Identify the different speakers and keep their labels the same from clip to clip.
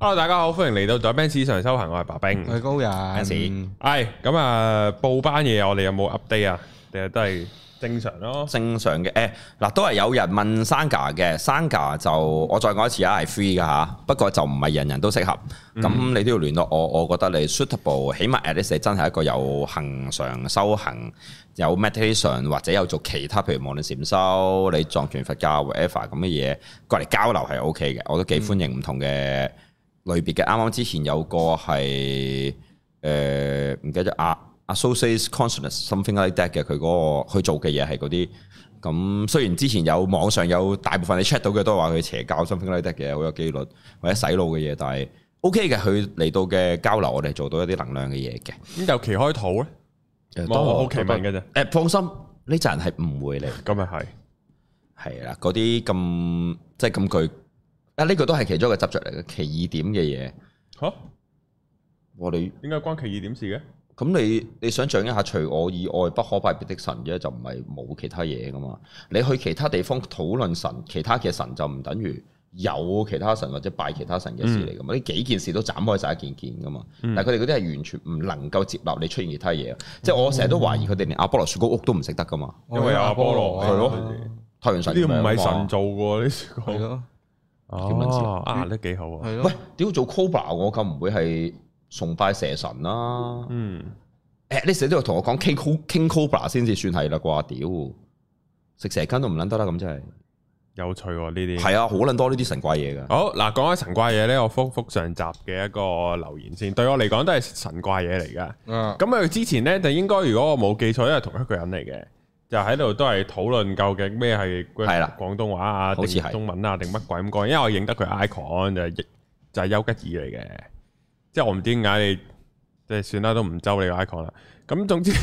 Speaker 1: Hello，大家好，歡迎嚟到在 Benz 上修行，我係白冰。
Speaker 2: 佢高人，
Speaker 3: 時
Speaker 1: 係咁啊，報班嘢我哋有冇 update 啊？定係都係正常咯。
Speaker 3: 正常嘅誒嗱，都係有人問 Sanga 嘅，Sanga 就我再講一次啊，係 free 噶嚇，不過就唔係人人都適合，咁、你都要聯絡我，我覺得你 suitable，起碼 at least 你真係一個有恒常修行、有 meditation 或者有做其他，譬如無論禪修、你藏傳佛教 whatever 咁嘅嘢，過嚟交流係 OK 嘅，我都幾歡迎唔同嘅類別嘅。啱啱之前有個係誒唔記得咗啊。associates consciousness something like that 嘅，佢嗰、個佢做嘅嘢係嗰啲咁。雖然之前有網上有大部分你 check 到嘅都係話佢邪教 something like that 嘅，好有機率或者洗腦嘅嘢，但係 OK 嘅。佢嚟到嘅交流，我哋做到一啲能量嘅嘢嘅。
Speaker 1: 咁有期開肚咧，
Speaker 3: 誒
Speaker 1: 冇我好奇問嘅啫。
Speaker 3: 誒、放心，呢陣係唔會嚟，
Speaker 1: 咁啊係，
Speaker 3: 係啦，嗰啲咁即係咁具啊，呢、個都係其中一個執着嚟嘅，其二點嘅嘢。
Speaker 1: 吓？
Speaker 3: 我哋
Speaker 1: 點解關其二點事
Speaker 3: 咁你你想象一下，除我以外不可拜別的神啫，就唔係冇其他嘢噶嘛。你去其他地方討論神，其他嘅神就唔等於有其他神或者拜其他神嘅事嚟噶
Speaker 1: 嗯
Speaker 3: 嘛。呢、幾件事都斬開晒一件件噶嘛。但係佢哋嗰啲係完全唔能夠接納你出現其他
Speaker 1: 嗯
Speaker 3: 嘢。即係我成日都懷疑佢哋連阿波羅雪糕屋都唔識得噶嘛。
Speaker 1: 嘅？因為有阿波羅
Speaker 3: 係咯
Speaker 1: 啊
Speaker 3: 太陽神
Speaker 1: 呢個唔
Speaker 3: 咁樣
Speaker 1: 係
Speaker 3: 嘛
Speaker 1: 神做嘅喎，呢
Speaker 2: 係
Speaker 1: 個
Speaker 2: 咯，
Speaker 1: 哦
Speaker 3: 點撚知
Speaker 1: 啊，都幾好啊。
Speaker 2: 係咯
Speaker 3: 喂，，屌做 Cobra 我咁唔會係崇拜蛇神啦、
Speaker 1: 嗯，
Speaker 3: 誒，你成日都有同我講 King Co- King Cobra 先至算係啦啩，屌食蛇羹都唔撚得啦，咁真係。
Speaker 1: 有趣喎呢啲。
Speaker 3: 係啊，好撚多呢啲神怪嘢噶。
Speaker 1: 好嗱，講起神怪嘢咧，我復復上集嘅一個留言先。對我嚟講都係神怪嘢嚟㗎。
Speaker 2: 啊，
Speaker 1: 咁佢之前咧就應該，如果我冇記錯，因為同一個人嚟嘅，就喺度都係討論究竟咩係
Speaker 3: 係啦
Speaker 1: 廣東話啊，
Speaker 3: 好似
Speaker 1: 定
Speaker 3: 係
Speaker 1: 中文啊，定乜鬼咁講。因為我認得佢 icon 就係就係丘吉爾嚟嘅，即係我唔知點解你即係算啦，都唔周你個 icon 啦。咁總之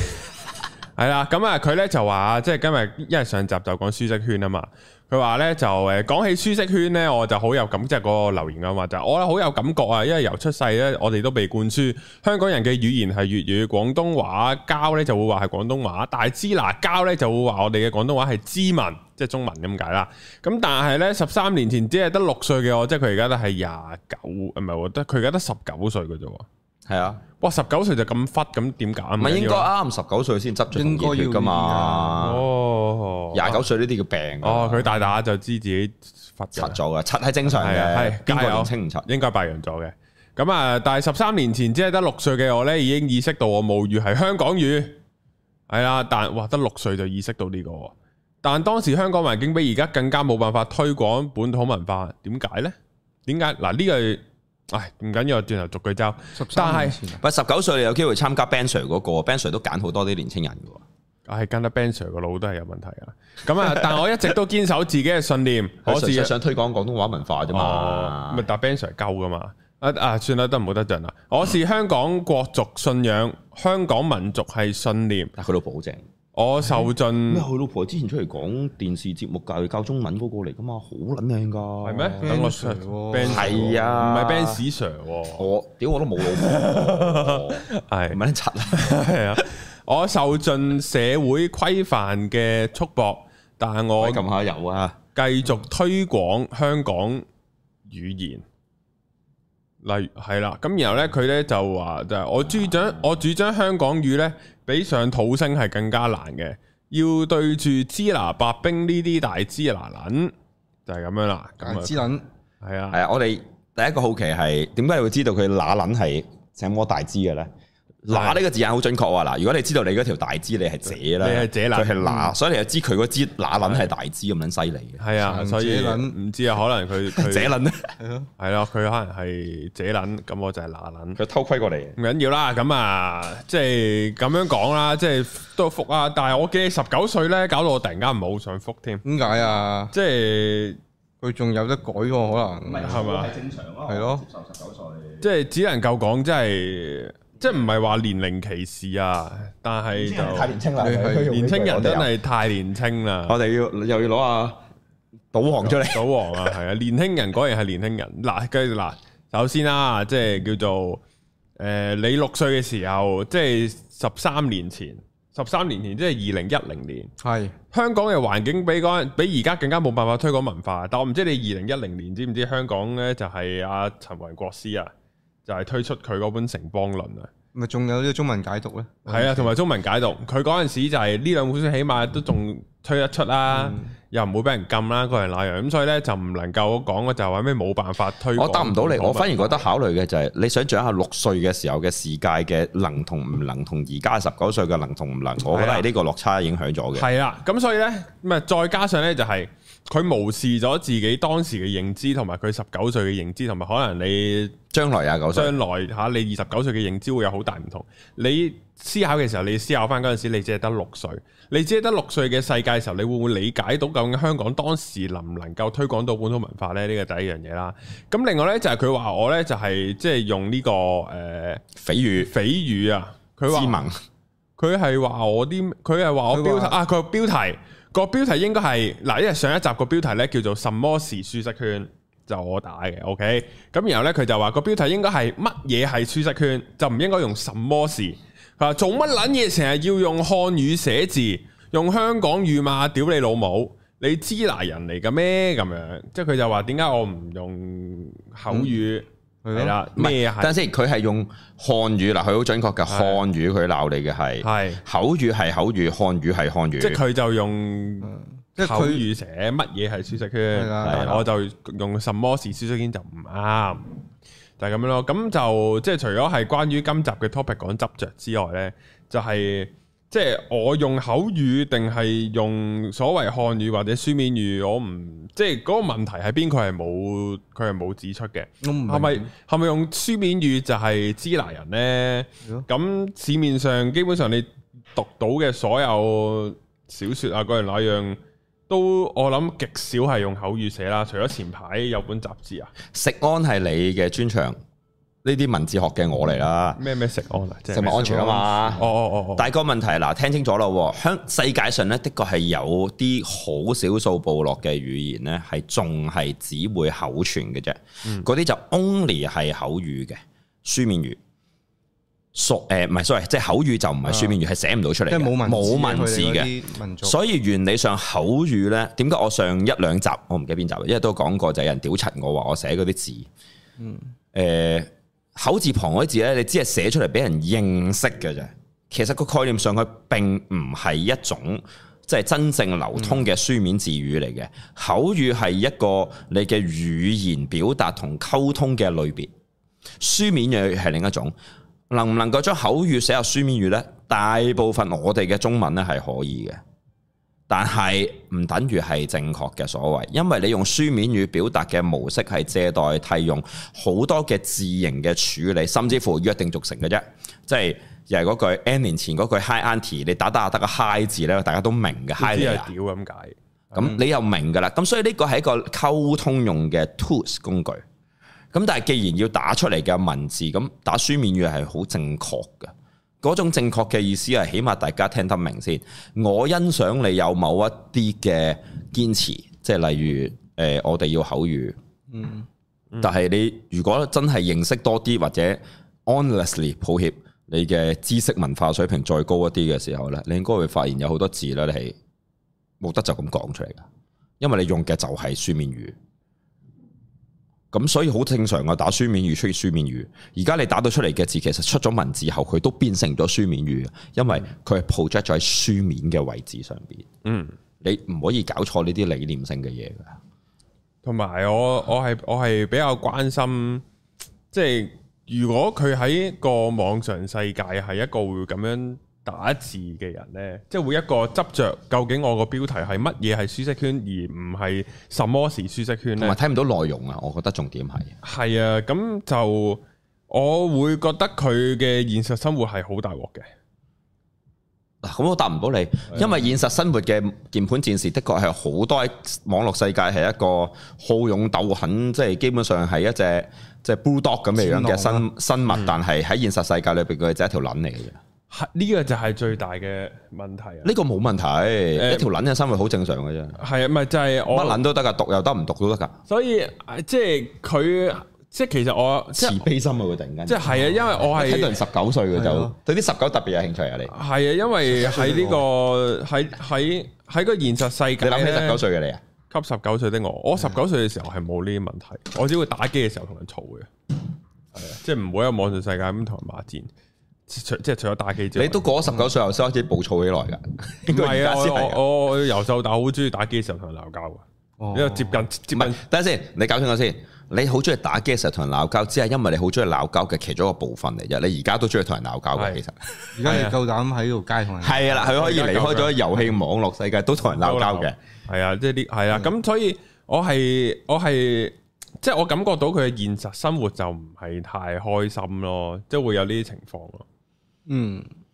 Speaker 1: 係啦，咁啊佢咧就話，即係今日因為上集就講舒適圈啊嘛。佢話咧就誒講起舒適圈咧，我就好有感，即係嗰個留言啊嘛，就係我咧好有感覺啊，因為由出世咧，我哋都被灌輸香港人嘅語言係粵語，廣東話交咧就會話係廣東話，但係支那交咧就會話我哋嘅廣東話係支文，即係中文咁解啦。咁但係咧十三年前只係得六歲嘅我，即係佢而家都係廿九，唔係喎得佢而家得十九歲嘅啫喎。
Speaker 3: 係啊，
Speaker 1: 哇！十九歲就咁忽，咁點搞啊？
Speaker 3: 唔係應
Speaker 1: 緊要
Speaker 3: 該
Speaker 1: 啦
Speaker 3: 啱十九歲先執咗
Speaker 2: 應該要
Speaker 3: 同熱血噶嘛？
Speaker 1: 哦，
Speaker 3: 廿九歲呢啲叫病㗎。
Speaker 1: 哦，佢大大就知自己忽
Speaker 3: 柒咗嘅，柒係正常
Speaker 1: 係啊係
Speaker 3: 嘅。邊
Speaker 1: 加
Speaker 3: 個
Speaker 1: 油
Speaker 3: 年青唔柒？
Speaker 1: 應該白羊座嘅。咁啊，但係十三年前只係得六歲嘅我呢，已經意識到我母語係香港語，係啦。但哇，得六歲就意識到呢、個喎。但當時香港環境比而家更加冇辦法推廣本土文化，點解呢？點解嗱呢個？唉，唔緊要，轉頭逐句周。
Speaker 2: 十
Speaker 1: 但
Speaker 2: 三
Speaker 1: 係
Speaker 2: 年前啊
Speaker 3: 喂，十九歲你有機會參加 Ben Sir 嗰個，Ben Sir 都揀好多啲年青人嘅喎。
Speaker 1: 唉，跟得 Ben Sir 個腦都係有問題噶。咁啊，但我一直都堅守自己嘅信 念，我
Speaker 3: 我
Speaker 1: 自
Speaker 3: 純
Speaker 1: 己
Speaker 3: 粹想推廣廣東話文化啫
Speaker 1: 啊哦，
Speaker 3: 嘛
Speaker 1: 咪。搭 Ben Sir 鳩噶嘛？啊啊，算啦，都唔好得盡啦。我是香港國族信仰，香港民族係信念，
Speaker 3: 但佢老婆好正，
Speaker 1: 我受盡
Speaker 3: 咩？佢老婆之前出嚟講電視節目教佢教中文嗰個嚟噶嘛，好撚靚噶。
Speaker 1: 係咩？
Speaker 2: Ben
Speaker 1: 等我
Speaker 2: Sir 喎
Speaker 1: Ben Sir 喎
Speaker 3: 係啊
Speaker 1: 唔係 Ben Sir 喎，
Speaker 3: 我屌我都冇老 婆，哦唔
Speaker 1: 係
Speaker 3: 撚柒啦。
Speaker 1: 係啊！我受盡社會規範嘅束縛，但我
Speaker 3: 我撳下油啊！
Speaker 1: 繼續推廣香港語言。例如係啦，咁然後呢，佢呢就話就係我主張我主張香港語呢，比上土星係更加難嘅，要對住支拿白冰呢啲大支拿撚，就係咁樣啦。咁
Speaker 2: 大
Speaker 1: 啊，
Speaker 2: 支撚，
Speaker 1: 係啊，
Speaker 3: 係啊，我哋第一個好奇係點解你會知道佢乸撚係什麼大支嘅咧？乸呢個字眼好準確喎！嗱，如果你知道你嗰條大支，你係姐啦，
Speaker 1: 你係嗯姐乸
Speaker 3: 佢係乸，所以你就知佢嗰支乸撚係大支咁撚犀利
Speaker 1: 係啊，
Speaker 2: 神
Speaker 1: 所以
Speaker 2: 者撚
Speaker 1: 唔知啊，可能佢
Speaker 3: 嘅。 姐
Speaker 1: 佢
Speaker 3: 撚咧，
Speaker 2: 係咯，
Speaker 1: 係咯，佢可能係姐撚，咁我就係乸撚。
Speaker 3: 佢偷窺過嚟。
Speaker 1: 唔緊要啦，咁啊，即係咁樣講啦，即係都服啊。但係我記十九歲咧，搞到我突然間唔係好想服添，
Speaker 2: 點解啊？
Speaker 1: 即係
Speaker 2: 佢仲有得改喎，可能
Speaker 1: 係嘛？
Speaker 3: 正常咯
Speaker 2: 係咯，
Speaker 3: 受十九歲。
Speaker 1: 即係只能夠講，即係即係唔係話年齡歧視啊，但係就
Speaker 3: 年青啦
Speaker 2: 你係
Speaker 1: 年青人真係太年青啦。
Speaker 3: 我哋要又要攞啊賭王出嚟。
Speaker 1: 賭王啊，係啊，年輕人果然係年輕人。嗱，跟住嗱，首先啦，即係叫做誒、呃你六歲嘅時候，即係十三年前，十三年前，即係二零一零年，
Speaker 2: 係
Speaker 1: 香港嘅環境比嗰陣比而家更加冇辦法推廣文化。但我唔知你二零一零年知唔知香港呢？就係阿陳雲國師啊，就係推出佢嗰本《城邦論》啊。
Speaker 2: 咪仲有啲中文解讀咧？
Speaker 3: 哦
Speaker 1: 係啊，同埋中文解讀，佢嗰陣時就係呢兩本書，起碼都仲推得出啦，
Speaker 3: 嗯
Speaker 1: 又唔會俾人禁啦，嗰人那樣，咁所以咧就唔能夠講嘅就係話咩冇辦法推廣。
Speaker 3: 我答唔到你，我反而覺
Speaker 1: 得
Speaker 3: 得考慮嘅就係你想掌握六歲嘅時候嘅世界嘅能同唔能，同而家十九歲嘅能同唔能，我覺得係呢個落差影響咗嘅。
Speaker 1: 啊係啦，咁所以咧，咪再加上咧就係佢無視咗自己當時嘅認知，同埋佢十九歲嘅認知，同埋可能你
Speaker 3: 將來啊，九歲
Speaker 1: 將來嚇你二十九歲嘅認知會有好大唔同。你思考嘅時候，你思考翻嗰陣時，你只係得六歲，你只係得六歲嘅世界嘅時候，你會唔會理解到究竟香港當時能唔能夠推廣到本土文化呢？呢個第一樣嘢啦。咁另外呢，就係佢話我呢，就係即係用呢、個誒、呃、
Speaker 3: 蜚語
Speaker 1: 蜚語啊，佢
Speaker 3: 之
Speaker 1: 話
Speaker 3: 盟，
Speaker 1: 佢係話我啲，佢係話我標
Speaker 2: 佢
Speaker 1: 題
Speaker 2: 話
Speaker 1: 啊，佢個標題個標題應該係嗱，因為上一集個標題呢叫做什麼是舒適圈。就我打嘅，OK，咁然後呢，佢就話個標題應該係乜嘢係舒適圈，就唔應該用什麼事。佢話做乜撚嘢成日要用漢語寫字，用香港語嘛，屌你老母！你支那人嚟嘅咩？咁樣，即係佢就話點解我唔用口語
Speaker 2: 嗯
Speaker 1: 係啦？
Speaker 3: 唔係
Speaker 1: 咩係
Speaker 3: 等陣先，佢係用漢語嗱，佢好準確嘅
Speaker 1: 係
Speaker 3: 漢語，佢鬧你嘅係
Speaker 1: 係，
Speaker 3: 口語係口語，漢語係漢
Speaker 1: 即係
Speaker 3: 語。
Speaker 1: 佢就用
Speaker 2: 嗯即係
Speaker 1: 口
Speaker 2: 佢
Speaker 1: 語寫乜嘢係舒適
Speaker 2: 係啊
Speaker 1: 圈，
Speaker 2: 啦
Speaker 1: 但
Speaker 3: 係
Speaker 1: 係
Speaker 3: 啦
Speaker 1: 我就用什麼是舒適圈就唔啱，就係咁樣咯。咁就即係除咗係關於今集嘅 topic 講執着之外呢，就係即係我用口語定係用所謂漢語或者書面語，我唔即係嗰個問題係邊，佢係冇佢係冇指出嘅。
Speaker 2: 我唔明
Speaker 1: 係咪係咪用書面語就係支那人呢？
Speaker 2: 係咯
Speaker 1: 咁市面上基本上你讀到嘅所有小説啊，嗰樣那樣，都我諗極少係用口語寫啦。除咗前排有本雜誌啊，
Speaker 3: 食安係你嘅專長，呢啲文字學嘅我嚟啦，
Speaker 1: 咩咩食安啊，即係
Speaker 3: 食物安全啊嘛
Speaker 1: 哦。哦哦哦，
Speaker 3: 但係個問題嗱，聽清楚咯喎，香世界上咧，的確係有啲好少數部落嘅語言咧，係仲係只會口傳嘅啫。
Speaker 2: 嗯
Speaker 3: 嗰啲、就 only 係口語嘅書面語。熟誒唔係，sorry，即係口語就唔係書面語，係、寫唔到出嚟
Speaker 2: 啊即係
Speaker 3: 嘅，
Speaker 2: 冇文字
Speaker 3: 冇文字
Speaker 2: 佢哋嗰
Speaker 3: 嘅。
Speaker 2: 啲民族，
Speaker 3: 所以原理上口語呢，點解我上一兩集我唔記得邊集，啊因為都講過就有人屌柒我話我寫嗰啲字，嗯，口字旁嗰啲字呢，你只係寫出嚟俾人認識嘅啫。其實個概念上佢並唔係一種即係真正流通嘅書面字語嚟嘅，口語係一個你嘅語言表達同溝通嘅類別。書面語係另一種，能唔能夠將口語寫入書面語呢？大部分我哋嘅中文呢係可以嘅，但係唔等於係正確嘅所謂，因為你用書面語表達嘅模式係借代替用好多嘅字形嘅處理，甚至乎約定俗成嘅啫，即係又係嗰句 N 年前嗰句 Hi Auntie，你打打下得個 Hi 字呢，大家都明嘅 Hi
Speaker 1: 係
Speaker 3: 你
Speaker 1: 屌
Speaker 3: 啊
Speaker 1: 咁解。
Speaker 3: 咁你又明噶啦，咁所以呢個係一個溝通用嘅 tools 工具。咁但係既然要打出嚟嘅文字，咁打書面語係好正確嘅。嗰種正確嘅意思係，起碼大家聽得明先。我欣賞你有某一啲嘅堅持，即係例如誒、呃我哋要口語。但係你如果真係認識多啲，或者 honestly 抱歉，你嘅知識文化水平再高一啲嘅時候呢，你應該會發現有好多字呢，你係冇得就咁講出嚟噶，因為你用嘅就係書面語。咁所以好正常嘅打書面語出現書面語，而家你打到出嚟嘅字其實出咗文字後，佢都變成咗書面語，因為佢係 project 咗喺書面嘅位置上邊。
Speaker 1: 嗯，
Speaker 3: 你唔可以搞錯呢啲理念性嘅嘢㗎。
Speaker 1: 同埋我我係我係比較關心，即係如果佢喺個網上世界係一個會咁樣打字嘅人呢，即係會一個執着究竟我個標題係乜嘢係舒適圈，而唔係什麼是舒適圈
Speaker 3: 同埋
Speaker 1: 呢？
Speaker 3: 睇唔到內容啊，我覺得重點係。
Speaker 1: 係啊，咁就我會覺得佢嘅現實生活係好大鑊嘅。
Speaker 3: 嗱，啊咁我答唔到你，因為現實生活嘅鍵盤戰士的確係好多喺網絡世界係一個好勇鬥狠，即係基本上係一隻即係 bulldog 咁嘅樣
Speaker 1: 啊
Speaker 2: 戰
Speaker 3: 嘅
Speaker 2: 狼
Speaker 3: 生生
Speaker 1: 嗯
Speaker 3: 物，但係喺現實世界裏邊佢就係一條撚嚟嘅啫。
Speaker 1: 係呢個就係最大嘅問題啊！
Speaker 3: 呢個冇問題，一條撚嘅生活好正常嘅啫，
Speaker 1: 係啊，咪就係我
Speaker 3: 乜撚都得噶，讀又得，唔讀都得噶。
Speaker 1: 所以啊即係佢即係其實我即係
Speaker 3: 悲心啊！佢突然間
Speaker 1: 即係係啊，因為我
Speaker 3: 睇到
Speaker 1: 係
Speaker 3: 人十九歲嘅
Speaker 2: 係
Speaker 3: 就
Speaker 2: 咯
Speaker 3: 對啲十九特別有興趣啊！你
Speaker 1: 係啊，因為喺呢個喺喺喺個現實世界
Speaker 3: 你諗起
Speaker 1: 咧
Speaker 3: 十九歲啊嘅你啊？
Speaker 1: 給十九歲的我，我十九歲嘅時候係冇呢啲問題，我只會打機嘅時候同人嘈嘅，係啊，即係唔會喺網上世界咁同人罵戰，除即係除咗打機之外，
Speaker 3: 你都過咗十九歲後先開始暴躁起來㗎，
Speaker 1: 唔
Speaker 3: 應該而
Speaker 1: 係啊！
Speaker 3: 家先
Speaker 1: 我
Speaker 3: 係㗎。
Speaker 1: 我我由細到大好中意打機嘅時候同人鬧交嘅，
Speaker 3: 哦
Speaker 1: 因為接近接
Speaker 3: 唔係
Speaker 1: 近，
Speaker 3: 等陣先，你搞清楚先。你好中意打機嘅時候同人鬧交，只係因為你好中意鬧交嘅其中一個部分嚟啫。你而家都中意同人鬧交
Speaker 1: 係
Speaker 3: 嘅，其實
Speaker 2: 而家
Speaker 1: 係啊
Speaker 2: 你夠膽喺度街同人
Speaker 3: 係啦，佢可以離開咗遊戲網絡世界，都同人鬧交嘅。嗯
Speaker 1: 係啊，即係啲係啊，咁所以我係我係即係我感覺到佢嘅現實生活就唔係太開心咯，即係會有呢啲情況咯。
Speaker 2: 嗯，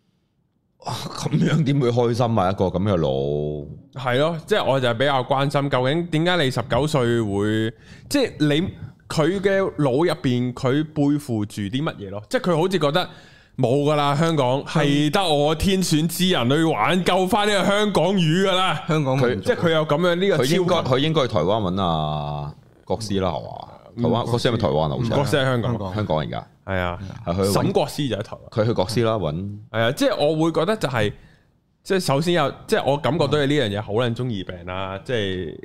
Speaker 3: 咁樣點會開心啊？一個咁嘅腦，
Speaker 1: 係咯，即係我就係比較關心究竟點解你十九歲會，即係你佢嘅腦入邊佢背負住啲乜嘢咯？即係佢好似覺得冇噶啦，香港係得我天選之人去挽救翻呢個香港魚噶啦，
Speaker 2: 香港
Speaker 3: 佢
Speaker 2: 民族
Speaker 1: 即係佢有咁樣呢個
Speaker 3: 佢應該
Speaker 1: 超
Speaker 3: 佢應該去台灣揾啊國師啦，係嘛？台
Speaker 1: 嗯
Speaker 3: 灣國師係咪台灣啊？好似
Speaker 1: 國師
Speaker 3: 係
Speaker 1: 喺香港
Speaker 2: 香，港
Speaker 3: 香港而家
Speaker 1: 係啊，
Speaker 3: 係去
Speaker 1: 沈
Speaker 3: 揾
Speaker 1: 國師就喺台灣，
Speaker 3: 佢去國師啦，揾
Speaker 1: 係啊，即係我會覺得就係、即係首先有，即係我感覺到你呢樣嘢好撚中二病啦，即係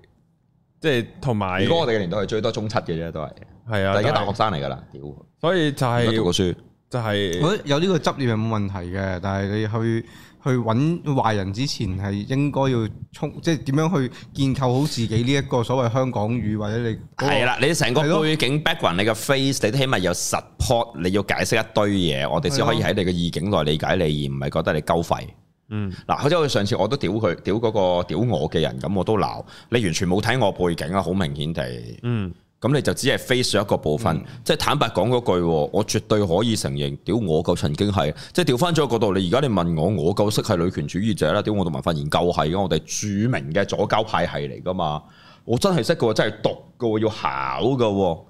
Speaker 1: 即係同埋
Speaker 3: 如果我哋嘅年代係最多中七嘅啫，都係，
Speaker 1: 係啊，
Speaker 3: 但係而家大
Speaker 1: 但
Speaker 3: 學
Speaker 1: 係
Speaker 3: 生嚟㗎啦，屌，而
Speaker 1: 所以就係、
Speaker 3: 家讀過書，
Speaker 1: 就係、
Speaker 2: 我覺得有呢個執念係冇問題嘅，但係你去去揾壞人之前係應該要衝，即係點樣去建構好自己呢一個所謂香港語，或者你嗰個
Speaker 3: 係啦，你成個
Speaker 2: 係咯
Speaker 3: 背景 background，你嘅 face，你都起碼有 support，你要解釋一堆嘢，我哋先可以喺你嘅意境內理解你，而唔係覺得你鳩廢。
Speaker 1: 嗯。
Speaker 3: 嗱，好似我上次我都屌佢，屌嗰個屌我嘅人咁，我都鬧你，完全冇睇我背景啊，好明顯地。
Speaker 1: 嗯，
Speaker 3: 咁你就只係 face 咗一個部分，即係坦白講嗰句喎，我絕對可以承認，屌我夠曾經係，即係調翻咗個角度，你而家你問我，我夠識係女權主義者啦，屌我讀文化研究係嘅，我哋著名嘅左交派系嚟噶嘛，我真係識嘅喎，真係讀嘅喎，要考嘅喎，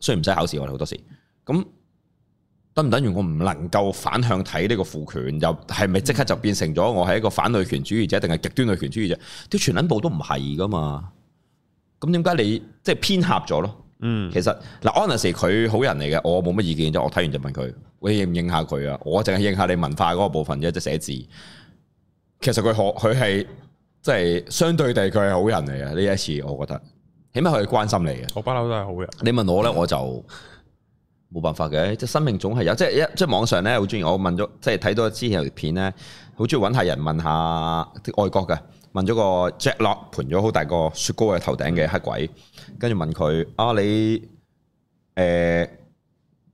Speaker 3: 雖然唔使考試，我哋好多時，咁等唔等於我唔能夠反向睇呢個父權，又係咪即刻就變成咗我係一個反女權主義者定係極端女權主義者？屌全撚部都唔係噶嘛，咁點解你即係偏狹咗咯？
Speaker 1: 嗯，
Speaker 3: 其實嗱 o n e s t 佢好人嚟嘅，我冇乜意見啫。我睇完就問佢，喂應唔應下佢啊？我淨係應下你文化嗰個部分啫，即係寫字。其實佢學佢係即係相對地，佢係好人嚟嘅。呢一次我覺得，起碼佢係關心你嘅。
Speaker 1: 我不嬲都係好人。
Speaker 3: 你問我咧，我就冇辦法嘅。即係生命總係有，即係一即係網上咧好中意。我問咗，即係睇到之前有條片咧，好中意揾下人問下啲外國嘅，問咗個 Jack Lock 盤咗好大個雪糕嘅頭頂嘅黑鬼，跟住問佢啊你誒、呃、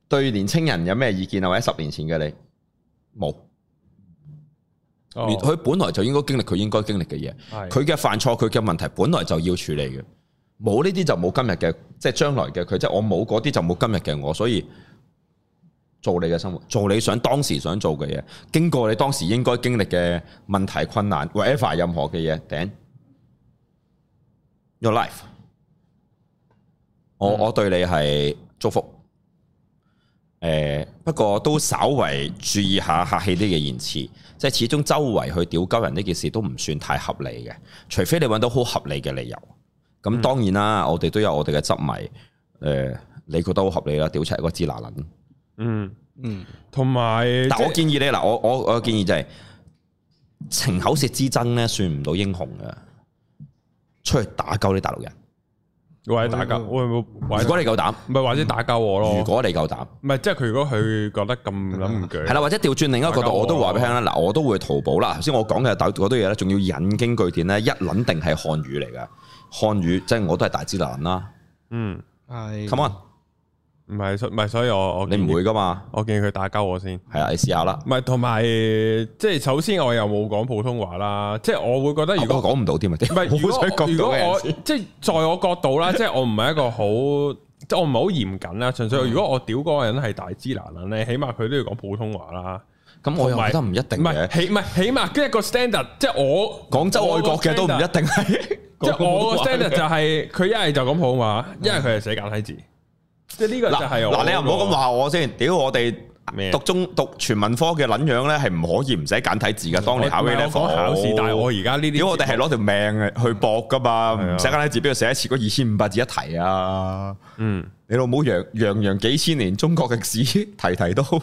Speaker 3: 對年青人有咩意見啊？或者十年前嘅你冇，
Speaker 1: 哦
Speaker 3: 佢、本來就應該經歷佢應該經歷嘅嘢。
Speaker 1: 係
Speaker 3: 佢嘅犯錯，佢嘅問題本來就要處理嘅，冇呢啲就冇今日嘅，即係將來嘅佢，即係我冇嗰啲就冇今日嘅我，所以做你嘅生活，做你想當時想做嘅嘢，經過你當時應該經歷嘅問題困難，whatever 任何嘅嘢，頂 your life，我我對你係祝福。誒、不過都稍為注意下客氣啲嘅言辭，即係始終周圍去屌鳩人呢件事都唔算太合理嘅，除非你揾到好合理嘅理由。咁當然啦，我哋都有我哋嘅執迷。誒、你覺得好合理啦，屌柒一個支那撚。
Speaker 1: 嗯，
Speaker 2: 嗯
Speaker 1: 同埋
Speaker 3: 但
Speaker 1: 即
Speaker 3: 我
Speaker 1: 係
Speaker 3: 建議你嗱，我我我嘅建議就係、情口舌之爭咧，算唔到英雄嘅，出去打鳩啲大陸人。
Speaker 1: 或者打交，會唔會或
Speaker 3: 如
Speaker 1: 者
Speaker 3: 果你夠膽，
Speaker 1: 唔係或者打交我
Speaker 3: 如
Speaker 1: 咯？
Speaker 3: 果你夠膽。
Speaker 1: 唔係即係佢如果佢覺得咁諗唔鋸，
Speaker 3: 係啦，或者調轉另一個
Speaker 1: 大
Speaker 3: 角
Speaker 1: 家
Speaker 3: 度，我都
Speaker 1: 和
Speaker 3: 話俾你聽啦。嗱，我都會淘寶啦。頭先我講嘅大嗰堆嘢咧，仲要引經據典咧，一撚定係漢語嚟嘅。漢語即係我都係大支那人啦。
Speaker 1: 嗯，
Speaker 2: 係
Speaker 3: Come on，
Speaker 1: 唔係所唔係，所以我我
Speaker 3: 你
Speaker 1: 建議
Speaker 3: 唔會噶嘛？
Speaker 1: 我建議佢打交我先。
Speaker 3: 係啊，你試下啦。
Speaker 1: 唔係同埋即係首先我又冇講普通話啦，即係我會覺得如
Speaker 3: 如
Speaker 1: 果
Speaker 3: 果講唔到添啊，
Speaker 1: 唔係，如
Speaker 3: 我好
Speaker 1: 果
Speaker 3: 想講
Speaker 1: 如
Speaker 3: 到
Speaker 1: 果
Speaker 3: 嘅
Speaker 1: 我
Speaker 3: 人先。
Speaker 1: 即係在我角度啦，即係我唔係一個好，即係我唔係好嚴謹啦。純
Speaker 3: 嗯
Speaker 1: 粹如果我屌嗰個人係大支男人咧，起碼佢都要講普通話啦。
Speaker 3: 咁我又覺得唔一
Speaker 1: 唔
Speaker 3: 定
Speaker 1: 係
Speaker 3: 嘅。
Speaker 1: 起唔係起碼跟一個 standard，即係我
Speaker 3: 廣州愛國嘅都唔一
Speaker 1: 我個 standard，
Speaker 3: 定係。
Speaker 1: 即 係我個 standard 就
Speaker 3: 嗱
Speaker 1: 係佢一係就講普通話，一係佢係寫簡體字。即係呢個就係
Speaker 3: 嗱，你又唔好咁
Speaker 1: 話。
Speaker 3: 話我先。屌我哋
Speaker 1: 咩
Speaker 3: 讀中讀全文科嘅撚樣咧，係唔可以唔使簡體字噶。當你考
Speaker 1: 我
Speaker 3: A
Speaker 1: 唔係
Speaker 3: level
Speaker 1: 我講考試，但係我而家呢啲節目，
Speaker 3: 屌我哋係攞條命去搏噶嘛，
Speaker 1: 啊
Speaker 3: 唔使簡體字，邊度寫一次嗰二千五百字一題啊？
Speaker 1: 嗯
Speaker 3: 你老母洋洋洋幾千年中國歷史，題題都〜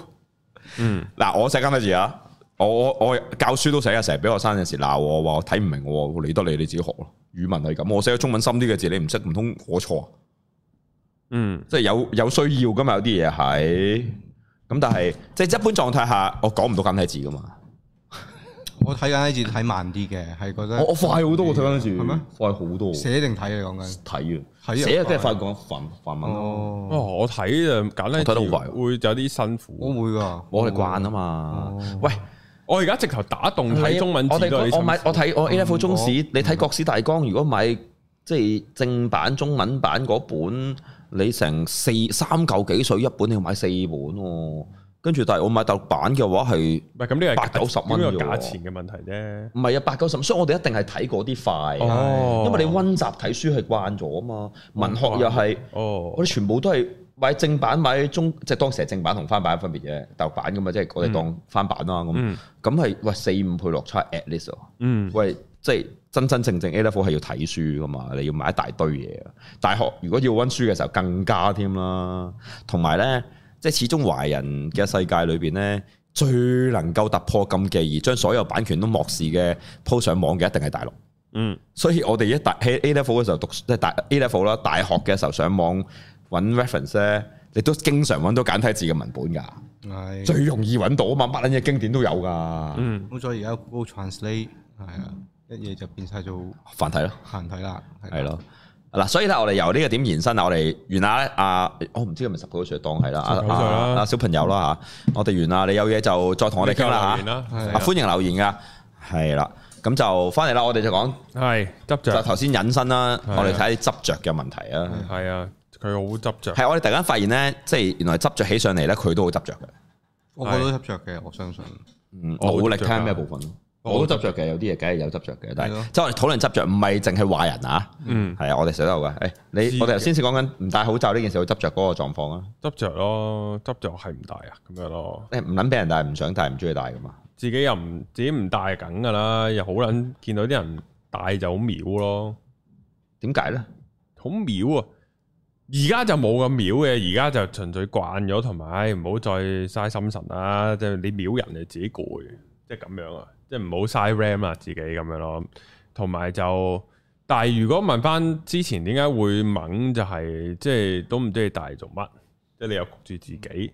Speaker 1: 嗯
Speaker 3: 嗱，我寫簡體字啊，我我我教書都寫啊，成日俾學生有時鬧我話我睇唔明我喎，理得你你自己學咯。語文係咁，我寫咗中文深啲嘅字，你唔識唔通我錯啊？
Speaker 1: 嗯
Speaker 3: 即係有有需要噶嘛，有啲嘢係咁，但係即係一般狀態下，我講唔到簡體字噶嘛。
Speaker 2: 我睇緊啲字睇慢啲嘅，係覺得
Speaker 3: 快好
Speaker 2: 我睇簡體字係咩
Speaker 3: 快好多
Speaker 2: 寫定睇你講緊。
Speaker 3: 睇
Speaker 2: 啊寫啊真係快
Speaker 3: 講繁繁文
Speaker 1: 哦，
Speaker 2: 哦，
Speaker 1: 我睇就簡單，
Speaker 3: 我睇得好快喎
Speaker 1: 會有啲辛
Speaker 2: 我
Speaker 1: 苦。
Speaker 2: 會噶，
Speaker 3: 我哋慣啊嘛
Speaker 2: 哦。
Speaker 3: 喂，
Speaker 1: 我而家直頭打動睇中文字哦
Speaker 3: 啊我
Speaker 1: 都
Speaker 3: 哋
Speaker 1: 有啲辛
Speaker 3: 我
Speaker 1: 苦
Speaker 3: 買我睇我 A level 中史，
Speaker 2: 嗯
Speaker 3: 你睇國史大綱，如果買即係正版中文版嗰本，你成四三嚿幾水一本，你要買四本喎。跟住但係我買大陸版嘅話係
Speaker 1: 唔係咁呢個係
Speaker 3: 八
Speaker 1: 價
Speaker 3: 九十蚊
Speaker 1: 呢
Speaker 3: 啫
Speaker 1: 個
Speaker 3: 喎
Speaker 1: 價錢嘅問題啫。
Speaker 3: 唔係啊八九十？所以我哋一定係睇嗰啲快，啊
Speaker 1: 哦，嗯
Speaker 3: 因為你温習睇書係慣咗啊嘛，文學又係
Speaker 1: 哦
Speaker 3: 我，哋全部都係買正版買中，即係當時係正版同翻版分別嘅，大陸版噶嘛，即係我哋當翻版啦咁。
Speaker 1: 嗯
Speaker 3: 咁係喂四五倍落差 at least 啊喎
Speaker 1: 嗯
Speaker 3: 喂，即係真真正正 A level 係要睇書噶嘛，你要買一大堆嘢啊。大學如果要温書嘅時候更加添啦，同埋咧，即係始終華人嘅世界裏邊咧，最能夠突破禁忌而將所有版權都漠視嘅鋪上網嘅，一定係大陸。
Speaker 1: 嗯
Speaker 3: 所以我哋一大喺 A level 嘅時候讀，即係大 A level 啦，大學嘅時候上網揾 reference 咧，你都經常揾到簡體字嘅文本㗎，
Speaker 2: 係。
Speaker 3: 最容易揾到啊嘛，乜撚嘢經典都有㗎，
Speaker 1: 嗯，
Speaker 2: 好在而家 Google Translate 係啊，一嘢就變晒做
Speaker 3: 繁體咯。
Speaker 2: 閒體啦，啊
Speaker 3: 係咯。嗱，所以咧，我哋由呢個點延伸啊，我哋原來咧，阿我唔知係咪十九歲當係啦，阿
Speaker 1: 19歲
Speaker 3: 阿
Speaker 1: 啦嗯
Speaker 3: 阿小朋友啦吓，我哋完啦，你有嘢就再同我哋傾啦
Speaker 1: 你繼續留言
Speaker 3: 吓，
Speaker 1: 啦
Speaker 2: 係
Speaker 3: 啊歡迎留言噶，係啦，咁就翻嚟啦，我哋就講
Speaker 1: 係執
Speaker 3: 就
Speaker 1: 着，
Speaker 3: 頭先引申啦，
Speaker 1: 係啊
Speaker 3: 我哋睇啲執着嘅問題啊，
Speaker 1: 係啊，佢好執着。
Speaker 3: 係我哋突然間發現咧，即係原來執着起上嚟咧，佢都好執着嘅，
Speaker 2: 我個都執着嘅，我相信。
Speaker 3: 嗯，
Speaker 1: 我好
Speaker 3: 努力
Speaker 1: 執著
Speaker 3: 睇
Speaker 1: 㗎
Speaker 3: 下咩部分咯，我都執着嘅，有啲嘢梗係有執着嘅，但
Speaker 2: 係
Speaker 3: 係
Speaker 2: 咯
Speaker 3: 即係我哋討論執着，唔係淨係壞人啊，
Speaker 1: 嗯，
Speaker 3: 係啊，我哋成日都有嘅，誒，
Speaker 1: 知
Speaker 3: 你
Speaker 1: 嘅
Speaker 3: 我哋頭先先講緊唔戴口罩呢件事好執着嗰個狀況啊。
Speaker 1: 執着咯，執着係唔大啊，咁樣咯。
Speaker 3: 诶，唔捻俾人戴，唔想戴，唔中意戴噶嘛。
Speaker 1: 自己又唔自己唔戴梗噶啦，又好撚見到啲人戴就好秒咯，
Speaker 3: 點解咧？
Speaker 1: 好秒啊！而家就冇咁秒嘅，而家就純粹慣咗，同埋唉唔好再嘥心神啦。即係你秒人就自己攰，即係咁樣啊，即係唔好嘥 RAM 啊，自己咁樣咯。同埋就，但係如果問翻之前點解會猛就係、即係都唔知你戴嚟做乜，即係你又焗住自己，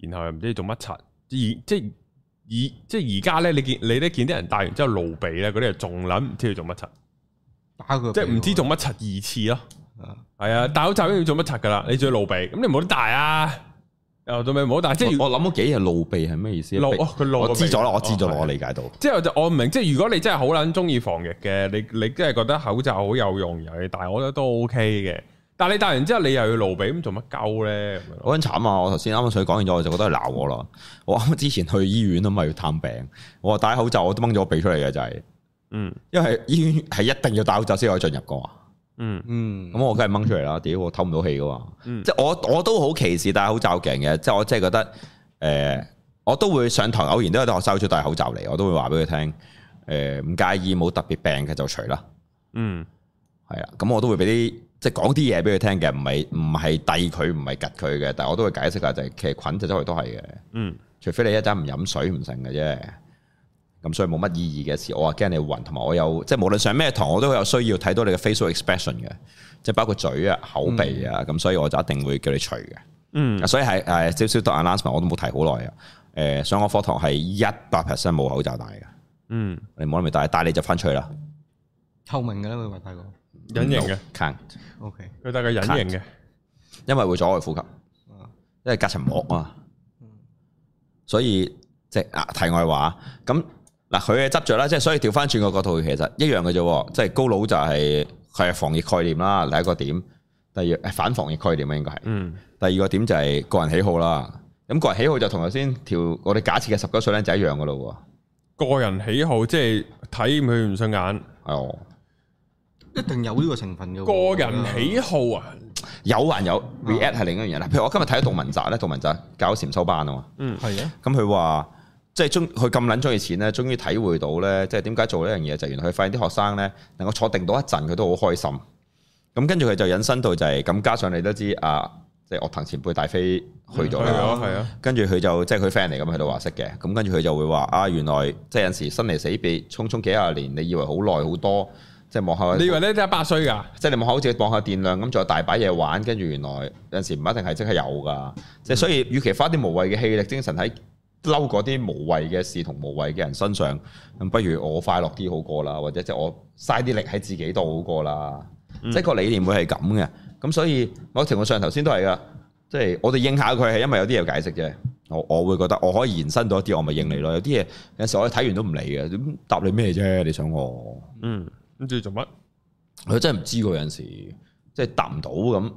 Speaker 1: 然後又唔知你做乜柒，而即係。而即係而家咧，你見你咧見啲人戴完之後露鼻咧，嗰啲人仲諗唔知佢做乜柒，
Speaker 2: 打佢個
Speaker 1: 即
Speaker 2: 鼻喎，
Speaker 1: 係唔知做乜柒二次咯。
Speaker 2: 啊
Speaker 1: 系啊，戴口罩已經要做乜柒噶啦？你仲要露鼻，咁你唔好戴啊！由到尾唔好戴，即係如
Speaker 3: 我我諗嗰幾日露鼻係咩意思啊？
Speaker 1: 露
Speaker 3: 鼻
Speaker 1: 哦佢露個
Speaker 3: 我知咗啦，
Speaker 1: 鼻
Speaker 3: 我知咗啦，
Speaker 1: 哦
Speaker 3: 我理解到。
Speaker 1: 之後就我唔明，即係如果你真係好撚中意防疫嘅，你你真係覺得口罩好有用，又要戴，我覺得都 OK 嘅。但係你戴完之後，你又要露鼻，咁做乜鳩咧？咁樣咯
Speaker 3: 好撚慘啊！我頭先啱啱想講完咗，我就覺得佢鬧我啦。我啱啱之前去醫院啊嘛，要探病，我話戴口罩，我都掹咗個鼻出嚟嘅就係，
Speaker 1: 嗯
Speaker 3: 因為醫院係一定要戴口罩先可以進入噶嘛。
Speaker 1: 嗯
Speaker 2: 嗯
Speaker 3: 咁我梗係掹出嚟啦，屌我透唔到氣噶嘛。
Speaker 1: 嗯
Speaker 3: 即係我我都好歧視戴口罩鏡嘅，即係我真係覺得誒、呃我都會上堂偶然都有啲學生好中意戴口罩嚟，我都會話俾佢聽誒，唔、介意冇特別病嘅就除啦。
Speaker 1: 嗯
Speaker 3: 係啊，咁我都會俾啲即係講啲嘢俾佢聽嘅，唔係唔係遞佢，唔係拮佢嘅，但係我都會解釋下就係、其實菌就周圍都係嘅，
Speaker 1: 嗯
Speaker 3: 除非你一陣唔飲水唔成嘅啫。咁所以冇乜意義嘅事，我話驚你暈，同埋我有即係無論上咩堂，我都有需要睇到你嘅 facial expression 嘅，即係包括嘴啊、口鼻啊，咁、所以我就一定會叫你除嘅。
Speaker 1: 嗯
Speaker 3: 所以係誒少少讀 announcement 我都冇提好耐啊。誒、上我課堂係一百 percent 冇口罩戴嘅，
Speaker 1: 嗯，
Speaker 3: 你冇諗咪戴，戴你就翻出去啦。
Speaker 2: 透明嘅啦，佢話大哥。
Speaker 1: 隱形嘅，
Speaker 3: can't，
Speaker 2: OK，
Speaker 1: 佢戴個隱形嘅，
Speaker 3: 因為會阻礙呼吸，
Speaker 2: 啊
Speaker 3: 因為隔層膜啊。所以即係啊題外話，咁嗱佢嘅執着啦，即係所以調翻轉個角度，其實一樣嘅啫喎。即係高佬就係佢係防疫概念啦，第一個點，第二反防疫概念啊，應該係。
Speaker 1: 嗯
Speaker 3: 第二個點就係個人喜好啦。咁個人喜好就同頭先條我哋假設嘅十九歲僆仔一樣嘅咯
Speaker 1: 個人喜好，即係睇佢唔順眼。
Speaker 3: 喎。係哦。嗯
Speaker 2: 一定有呢個成分嘅喎。
Speaker 1: 個人喜好啊，
Speaker 3: 有還有 react 係另一樣嘢啦。譬如我今日睇咗杜汶澤咧，杜汶澤搞禪修班啊嘛，
Speaker 2: 係啊，
Speaker 3: 咁佢話即係中佢咁撚中意錢咧，終於體會到咧，即係點解做呢樣嘢就係原來佢發現啲學生咧能夠坐定到一陣，佢都好開心。咁跟住佢就引申到就係、咁，加上你都知啊，即係樂壇前輩大飛去咗
Speaker 1: 係
Speaker 3: 啦。
Speaker 1: 啊係啊，
Speaker 3: 跟住佢就即係佢 friend 嚟咁，佢都話識嘅。咁跟住佢就會話啊，原來即係有陣時生離死別，匆匆幾廿年，你以為好耐好多，即係望下
Speaker 1: 你以為呢啲一百歲㗎？
Speaker 3: 即係你望下好似望下電量咁，仲有大把嘢玩，跟住原來有陣時唔一定係即刻有㗎，即係所以，與其花啲無謂嘅氣力精神喺嬲嗰啲無謂嘅事同無謂嘅人身上，咁不如我快樂啲好過啦，或者即係我嘥啲力喺自己度好過啦，即係個理念會係咁嘅。咁所以某程度上頭先都係㗎，即係我哋應下佢係因為有啲嘢解釋啫。我我會覺得哦我可以延伸到一啲，我咪應你咯。有啲嘢有時我睇完都唔理嘅，咁答你咩啫？你想我？
Speaker 1: 嗯，咁住做乜？
Speaker 3: 佢真係唔知喎，有陣時即係答唔到咁，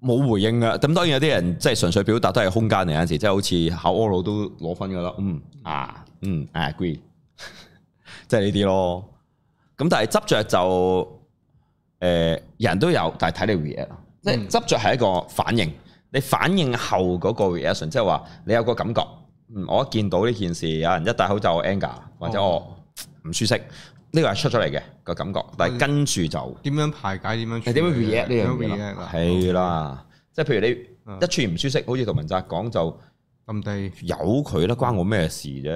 Speaker 3: 冇回應噶。咁當然有啲人即係純粹表達都係空間嚟，有陣時即係好似考 oral 都攞分噶啦。嗯啊，嗯 I agree，即係呢啲咯。咁但係執着就誒、呃人都有，但係睇你 react 咯。即係執着係一個反應，你反應後嗰個 reaction，即係話你有個感覺，嗯，我一見到呢件事，有人一戴口罩我 anger，或者我唔舒適，呢個係出咗嚟嘅個感覺，但係跟住就。
Speaker 2: 點樣排解？點樣處
Speaker 3: 你
Speaker 2: 理？啊
Speaker 3: 點樣 react
Speaker 2: 點樣
Speaker 3: 呢
Speaker 2: react 啊
Speaker 3: 樣
Speaker 2: 啦？
Speaker 3: 嘢係啦，即係譬如你
Speaker 2: 嗯
Speaker 3: 一處唔舒適，好似杜文澤講就
Speaker 2: 咁地
Speaker 3: 由佢啦，關我咩事啫？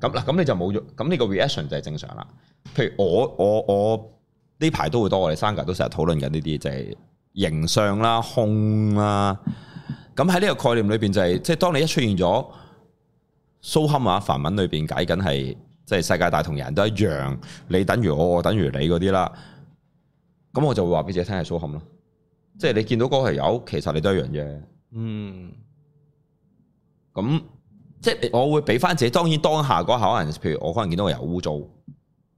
Speaker 3: 咁嗱，咁你就冇咗，咁呢個 reaction 就係正常啦。譬如我我我呢排都會多，我哋三格都成日討論緊呢啲，就係形象啦、空啦。咁喺呢個概念裏邊就係、即係當你一出現咗蘇堪啊梵文裏邊解緊係，即係世界大同人都一樣，你等於我，我等於你嗰啲啦。咁我就會話俾自己聽係蘇堪咯。即係你見到嗰條友，其實你都一樣啫。
Speaker 2: 嗯，
Speaker 3: 咁即係我會俾翻自己，當然當下嗰下可能，譬如我可能見到個人污糟，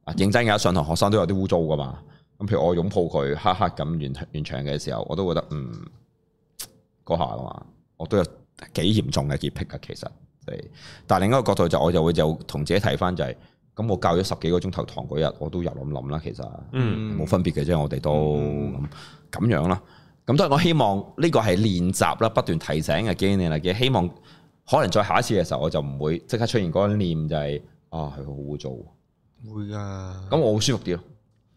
Speaker 3: 啊認真嘅上堂學生都有啲污糟噶嘛。咁譬如我擁抱佢，黑黑咁完場完場嘅時候，我都覺得嗯嗰下噶嘛，我都有幾嚴重嘅潔癖噶，其實即係。但係另一個角度就我就會就同自己睇翻就係、咁我教咗十幾個鐘頭堂嗰日，我都有諗諗啦，其實。
Speaker 1: 嗯
Speaker 3: 冇分別嘅啫，我哋都咁咁樣啦。咁當然我希望呢個係練習啦，不斷提醒嘅經驗嚟嘅。希望可能再下一次嘅時候，我就唔會即刻出現嗰個念就係、啊，佢好污糟。
Speaker 2: 會噶。
Speaker 3: 咁我會舒服啲咯。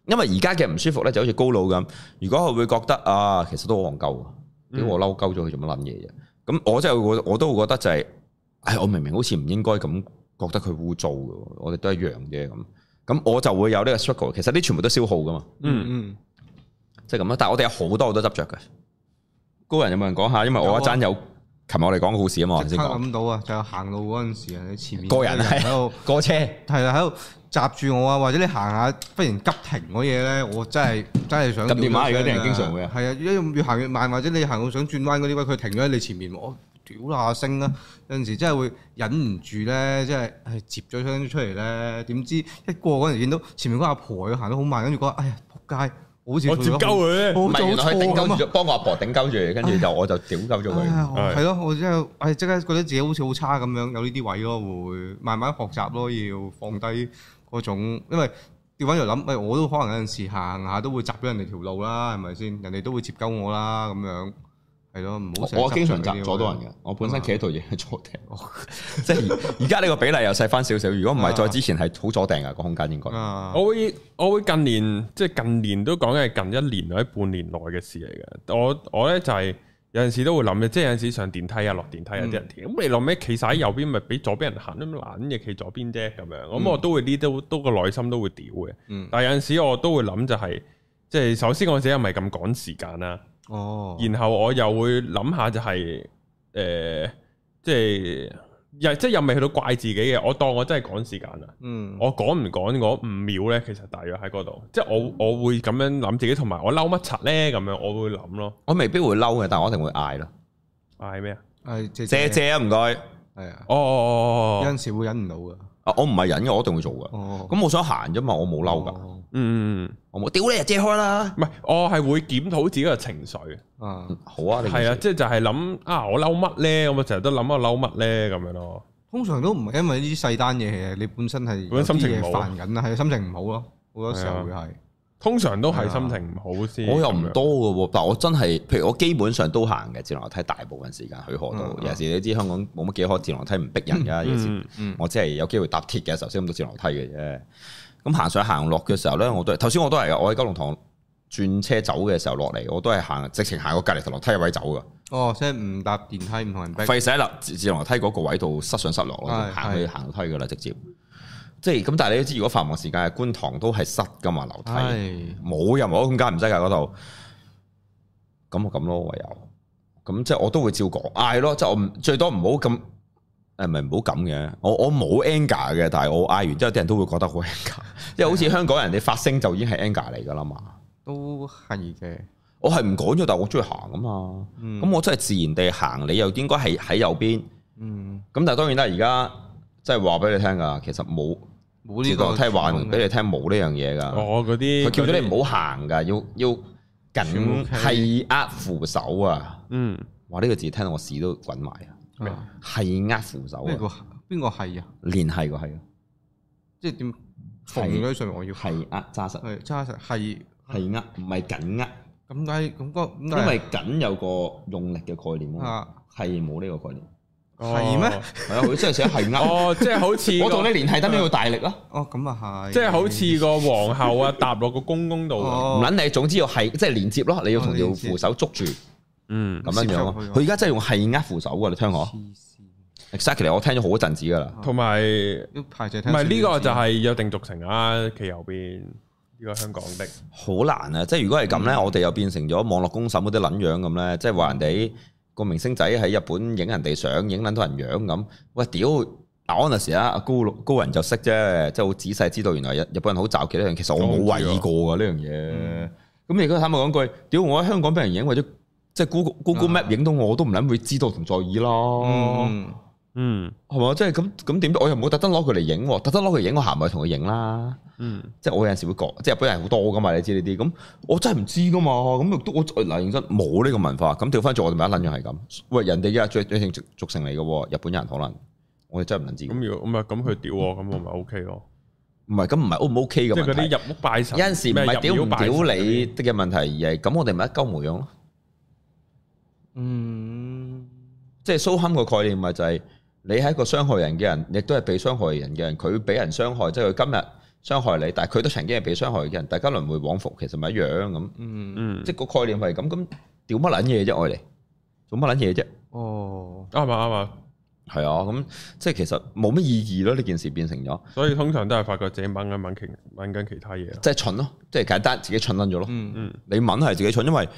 Speaker 3: 因啊為而家嘅唔舒服咧，就好似高佬咁。如果佢會覺得啊，其實都好戇鳩啊，屌我嬲鳩咗佢做乜撚嘢啫？咁我真係會覺得我都會覺得就係、唉，我明明好似唔應該咁覺得佢污糟嘅喎，我哋都一樣啫咁。咁我就會有呢個 struggle。其實呢全部都消耗噶嘛。
Speaker 1: 嗯，
Speaker 2: 嗯
Speaker 3: 即係咁啦。啊但係我哋有好多好多執着嘅。高人有冇人講下？因為我一陣有，琴日我哋講個故事啊嘛，我頭
Speaker 2: 即
Speaker 3: 先
Speaker 2: 刻
Speaker 3: 講
Speaker 2: 諗到啊！就係行路嗰陣時啊，你前面
Speaker 3: 個人
Speaker 2: 有喺度，
Speaker 3: 過車，
Speaker 2: 係啦，喺度閘住我啊，或者你行下忽然急停嗰嘢咧，我真係真係想
Speaker 3: 撳電話
Speaker 2: 叫
Speaker 3: 而家啲人
Speaker 2: 聲
Speaker 3: 經常會啊
Speaker 2: 係啊，因為越行越慢，或者你行到想轉彎嗰啲位，佢停咗喺你前面，我屌啦聲啦！有陣時真係會忍唔住咧，即係係接咗聲出嚟咧，點知一過嗰陣時見到前面嗰個阿婆佢行得好慢，跟住覺得哎呀仆街，我好似
Speaker 1: 我
Speaker 2: 做
Speaker 1: 接
Speaker 2: 咗
Speaker 1: 鳩佢咧
Speaker 2: 好
Speaker 3: 唔
Speaker 2: 好
Speaker 3: 係
Speaker 2: 做
Speaker 3: 原來佢頂
Speaker 2: 錯咁啊
Speaker 3: 鳩！住咗，幫我阿婆頂鳩住，跟住就我就屌鳩咗佢。
Speaker 1: 係
Speaker 2: 唉係咯，我真係，唉，即刻覺得自己好似好差咁樣，有呢啲位咯，會慢慢學習咯，要放低嗰種，因為調翻又諗，喂，我都可能有陣時行下都會襲咗人哋條路啦，係咪先？人哋都會接鳩我啦，咁樣係咯，唔好成日
Speaker 3: 我我經常
Speaker 2: 執
Speaker 3: 窒
Speaker 2: 著
Speaker 3: 阻到人
Speaker 2: 呢
Speaker 3: 嘅，我本身企喺度亦係左掟我，啊 即係而家呢個比例又細翻少少。如果唔係，再之前係好左掟嘅個空間應該
Speaker 2: 啲位。啊，
Speaker 1: 我會我會近年即係近年都講緊係近一年或者半年內嘅事嚟嘅。我我咧就係、有陣時都會諗嘅，即係有陣時上電梯啊、落電梯啊啲人咁、你諗咩？企晒喺右邊，咪俾左邊人行咁懶嘢，企左邊啫咁樣。咁我都會呢都都個內心都會屌嘅。
Speaker 2: 嗯
Speaker 1: 但係有陣時我都會諗就係、即係首先我自己係咪咁趕時間啦、
Speaker 2: 哦，
Speaker 1: 然後我又會諗下就係、呃即係又即係又未去到怪自己嘅，我當我真係趕時間啦。
Speaker 2: 嗯，
Speaker 1: 我趕唔趕嗰五秒呢，其實大約喺嗰度，即係
Speaker 3: 嗯
Speaker 1: 我我會咁樣諗自己，同埋我嬲乜柒呢？咁樣，我會諗咯。
Speaker 3: 我未必會嬲嘅，但我一定會嗌咯。
Speaker 1: 嗌咩啊？
Speaker 2: 係姐
Speaker 3: 姐
Speaker 2: 姐
Speaker 3: 姐啊，唔該。
Speaker 2: 係啊，
Speaker 1: 哦
Speaker 2: 有
Speaker 1: 哦哦哦，
Speaker 2: 陣時會忍唔到噶，
Speaker 3: 啊，我唔係忍嘅，我一定會做嘅。
Speaker 2: 哦，
Speaker 3: 咁我想行啫嘛，我冇嬲噶，
Speaker 2: 㗎，
Speaker 1: 嗯嗯
Speaker 3: 我冇屌你啊，借開啦。
Speaker 1: 嗯，唔係，我係會檢討自己嘅情緒，
Speaker 2: 啊，
Speaker 3: 好啊，你
Speaker 1: 係啊，即係就係諗啊，我嬲乜呢？咁我成日都諗我嬲乜呢？咁樣咯。
Speaker 2: 通常都唔係因為呢啲細單嘢嘅，你本身係有
Speaker 1: 本身心
Speaker 2: 啲
Speaker 1: 情
Speaker 2: 嘢啊
Speaker 1: 唔好
Speaker 2: 煩緊啦，係心情唔好咯，好多時候會係。
Speaker 1: 通常都係心情唔好先。
Speaker 3: 啊我又
Speaker 1: 咁
Speaker 3: 唔
Speaker 1: 樣，
Speaker 3: 多嘅喎，但我真係，譬如我基本上都行嘅自動樓梯，大部分時間去河道。
Speaker 2: 嗯
Speaker 3: 有時你知香港冇乜幾可自動樓梯唔逼人㗎，有時
Speaker 1: 嗯
Speaker 3: 我只係有機會搭鐵嘅時候先咁到自動樓梯嘅啫。咁行上行落嘅時候咧，我都係頭先我都係嘅，我喺九龍塘轉車走嘅時候落嚟，我都係行直情行過隔離條樓梯位走㗎。
Speaker 2: 哦，即係唔搭電梯唔同人逼，
Speaker 3: 費事喺樓自自動樓梯嗰個位度失上失落咯，
Speaker 2: 係
Speaker 3: 行去
Speaker 2: 係
Speaker 3: 行樓梯㗎啦，直接。即係咁，但係你都知，如果繁忙時間，觀塘都係塞㗎嘛樓梯。
Speaker 2: 係
Speaker 3: 冇任何空間唔使㗎嗰度。咁啊我咁咯，唯有咁即係我都會照講嗌咯，即係我唔最多唔好咁誒，唔係唔好咁嘅。我我冇 anger 嘅，但係我嗌完之後，啲人都會覺得好 anger，因 為好似香港人哋發聲就已經係 anger 嚟㗎啦嘛。
Speaker 2: 都係嘅。
Speaker 3: 我係唔講咗，但係我中意行啊嘛。
Speaker 2: 嗯
Speaker 3: 咁、我真係自然地行，你又應該係喺右邊。
Speaker 2: 嗯，
Speaker 3: 咁但係當然啦，而家即係話俾你聽㗎，其實冇
Speaker 2: 冇呢
Speaker 3: 自
Speaker 2: 個
Speaker 3: 動梯話俾
Speaker 2: 你
Speaker 3: 你聽冇呢樣嘢㗎。
Speaker 1: 嗯我嗰啲
Speaker 3: 佢叫咗你唔好行噶，要要緊係握扶手啊！
Speaker 1: 嗯，
Speaker 3: 哇！呢、個字聽到我屎都滾埋啊！
Speaker 1: 咩
Speaker 3: 係握扶手
Speaker 2: 咩個
Speaker 3: 啊，
Speaker 2: 邊個係啊？
Speaker 3: 連係個係啊，
Speaker 2: 即係點縫咗喺上面？我要啊
Speaker 3: 係握揸實，
Speaker 2: 係揸實係
Speaker 3: 係握唔係緊握，
Speaker 2: 咁解咁個咁解
Speaker 3: 因為緊有個用力嘅概念啊
Speaker 2: 啊
Speaker 3: 嘛，係冇呢個概念。
Speaker 2: 係咩
Speaker 1: 哦
Speaker 3: 係啊，佢真係寫係 握。
Speaker 1: 哦，即係好似
Speaker 3: 我
Speaker 1: 個
Speaker 3: 同你連係得咩要大力啦？
Speaker 2: 哦咁啊係，
Speaker 1: 即係好似個皇后啊，搭落個公公度咁。
Speaker 3: 唔
Speaker 2: 哦
Speaker 3: 撚你，總之要係即係連接咯，你要同
Speaker 2: 哦
Speaker 3: 條
Speaker 2: 連接
Speaker 3: 扶手捉住咁
Speaker 1: 嗯
Speaker 3: 樣樣咯
Speaker 2: 接上去啊
Speaker 3: 佢而家真係用係握扶手㗎，你聽我
Speaker 2: 黐線，
Speaker 3: exactly，我聽咗好陣子㗎啦。
Speaker 1: 同埋唔
Speaker 2: 要排隻
Speaker 1: 係呢個就係約定俗成啊，企右邊呢個香港的。
Speaker 3: 好難啊！即係如果係咁呢，我哋又變成咗網絡公審嗰啲撚樣咁呢，即係話人哋個明星仔喺日本影人哋相，影撚到人樣咁。喂，屌！嗱 o n e s 啊，高高人就識啫，即係好仔細知道原來日日本人好罩忌呢樣。其實我冇為意過㗎呢樣嘢。咁你如果坦白講句，屌我喺香港俾人影或者即係 Google Google Map 影到我，我都唔撚會知道同在意咯。
Speaker 2: 嗯
Speaker 1: 嗯
Speaker 3: 係嘛？即係咁咁點都？我又冇特登攞佢嚟影喎，特登攞佢嚟影，我行埋去同佢影啦。
Speaker 1: 嗯，
Speaker 3: 即係我有陣時會講，即係日本人好多噶嘛，你知呢啲咁，我真係唔知噶嘛，咁亦都我嗱認真冇呢個文化，咁調翻轉我哋咪一撚樣係咁，喂人哋嘅最最成俗成嚟嘅喎，日本人可能我哋真係唔撚知，
Speaker 1: 咁如果咁啊，咁佢屌我，咁我咪 O K 咯。
Speaker 3: 唔係咁唔係 O 唔 OK
Speaker 1: 即
Speaker 3: 嘅
Speaker 1: 係嗰
Speaker 3: 問題，
Speaker 1: 啲入屋拜神，
Speaker 3: 有陣時唔
Speaker 1: 咩
Speaker 3: 係屌
Speaker 1: 入廟
Speaker 3: 唔
Speaker 1: 拜神
Speaker 3: 屌
Speaker 1: 嗰
Speaker 3: 你
Speaker 1: 啲
Speaker 3: 的嘅問題，而係咁我哋咪一鳩模樣咯，
Speaker 2: 嗯
Speaker 3: 即係蘇堪個概念咪就係你係一個傷害人嘅人，亦都係被傷害人嘅人，佢俾人傷害，即係佢今日傷害你，但係佢都曾經係被傷害嘅人，大家輪迴往復，其實咪一樣咁。
Speaker 2: 嗯
Speaker 1: 嗯，
Speaker 3: 即係個概念係咁，咁屌乜撚嘢啫？我哋做乜撚嘢啫？
Speaker 2: 哦
Speaker 1: 啱啊啱啊，
Speaker 3: 係啊，咁即係其實冇乜意義咯。呢件事變成咗，
Speaker 1: 所以通常都係發覺自己掹緊掹其掹緊其他嘢啊。
Speaker 3: 即係蠢咯，即係簡單自己蠢撚咗咯。
Speaker 2: 嗯
Speaker 1: 嗯
Speaker 3: 你敏係自己蠢，因為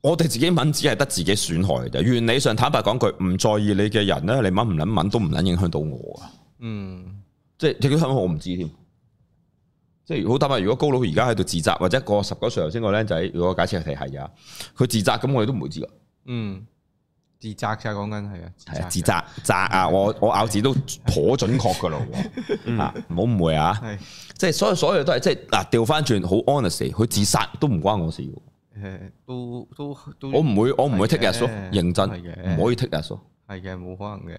Speaker 3: 我哋自己敏只係得自己損害嘅啫。原理上坦白講句，唔在意你嘅人咧，你敏唔撚敏都唔撚影響到我啊。
Speaker 2: 嗯
Speaker 3: 即係亦都我唔知添。即係好坦白，如果高佬而家喺度自責，或者一個十九歲頭先個僆仔，如果假設佢哋係啊，佢自責咁，我哋都唔會知噶。
Speaker 2: 嗯自責就係講緊係啊，
Speaker 3: 係啊，自責責啊！我我咬字都頗準確噶咯喎，
Speaker 1: 嗯
Speaker 3: 啊唔好誤會啊！
Speaker 2: 係
Speaker 3: 即係所有所有都係即係嗱，調翻轉好 honest，佢自殺都唔關我事嘅，
Speaker 2: 誒都都都
Speaker 3: 我唔會我唔會
Speaker 2: 係
Speaker 3: take
Speaker 2: 嘅
Speaker 3: yes 咯，認真
Speaker 2: 係嘅
Speaker 3: 唔可以 take yes 咯。
Speaker 2: 係嘅，冇可能嘅。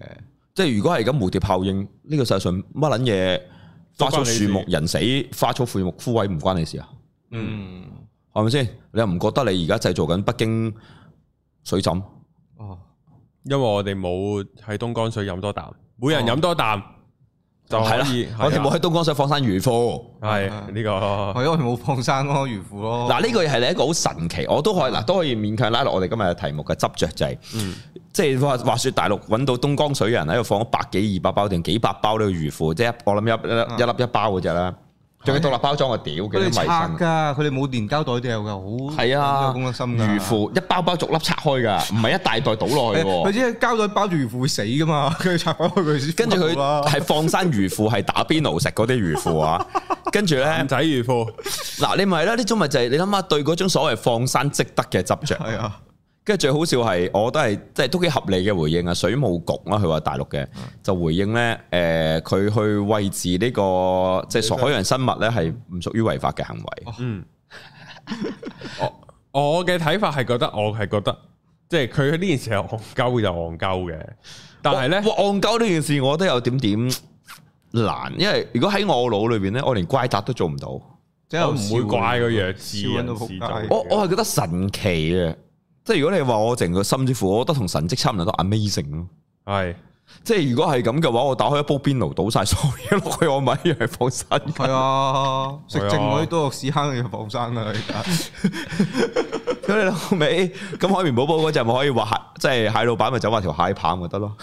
Speaker 3: 即係如果係咁蝴蝶效應，呢個世界上乜撚嘢
Speaker 1: 都關
Speaker 3: 花草
Speaker 1: 你事
Speaker 3: 樹木人死，花草樹木枯萎唔關你事啊，
Speaker 2: 嗯
Speaker 3: 係咪先？你又唔覺得你而家製造緊北京水浸？
Speaker 2: 哦
Speaker 1: 因為我哋冇喺東江水飲多啖，每人飲多啖就可
Speaker 3: 哦係啦
Speaker 1: 以。，
Speaker 3: 我哋冇
Speaker 1: 係啊
Speaker 3: 喺東江水放山漁夫。
Speaker 1: 啊係呢 個
Speaker 2: 係因為冇放生咯，漁夫咯。
Speaker 3: 嗱，呢個係你一個好神奇，我都可以嗱，都可以勉強拉落我哋今日嘅題目嘅執着就係、即係話話説大陸揾到東江水人喺度放咗百幾二百包定幾百包呢個魚腐，即係一我諗一一一粒一包嗰只啦，仲要獨立包裝，我屌幾
Speaker 2: 佢
Speaker 3: 多迷
Speaker 2: 哋拆啊
Speaker 3: 信。
Speaker 2: 㗎，佢哋冇連膠袋掉㗎，好
Speaker 3: 係啊
Speaker 2: 有，公德心㗎。
Speaker 3: 魚腐一包包逐粒拆開㗎，唔係一大袋倒落去
Speaker 2: 誒佢
Speaker 3: 喎。
Speaker 2: 只係膠袋包住魚腐會死㗎嘛， 佢拆翻開佢先。
Speaker 3: 跟住佢係放生魚腐，係打邊爐食嗰啲魚腐啊。跟住 咧
Speaker 1: 男，仔漁夫，
Speaker 3: 嗱你咪啦，呢種咪就係你諗下對嗰種所謂放生積德嘅執着。
Speaker 2: 係啊，
Speaker 3: 跟住最好笑係，我都係即係都幾合理嘅回應啊！水務局啦，佢話大陸嘅就回應咧，誒、佢去餵飼呢、個即係所海洋生物咧，係唔屬於違法嘅行為。
Speaker 1: 嗯，我我嘅睇法係覺得，我係覺得，即係佢呢件事係戇鳩就戇鳩嘅，但係咧，
Speaker 3: 哇戇鳩呢件事，我覺得有點點難，因為如果喺我腦裏邊咧，我連乖達都做唔到，
Speaker 2: 即係
Speaker 1: 我唔會怪個弱智
Speaker 2: 笑撚到
Speaker 1: 人
Speaker 2: 仆
Speaker 1: 士
Speaker 2: 街
Speaker 1: 就
Speaker 3: 我我係覺得神奇嘅，即係如果你話我成個甚至乎，我覺得同神蹟差唔多都 amazing 咯。
Speaker 1: 係
Speaker 3: 即係如果係咁嘅話，我打開一煲邊爐，倒晒所有嘢落去，我咪一樣放生。
Speaker 2: 係啊，食
Speaker 1: 係啊
Speaker 2: 剩嗰啲多落屎坑就放生噶啦，而 家
Speaker 3: 咁你老尾，咁海綿寶寶嗰陣咪可以話蟹，即係蟹老闆咪走埋條蟹棒咪得咯。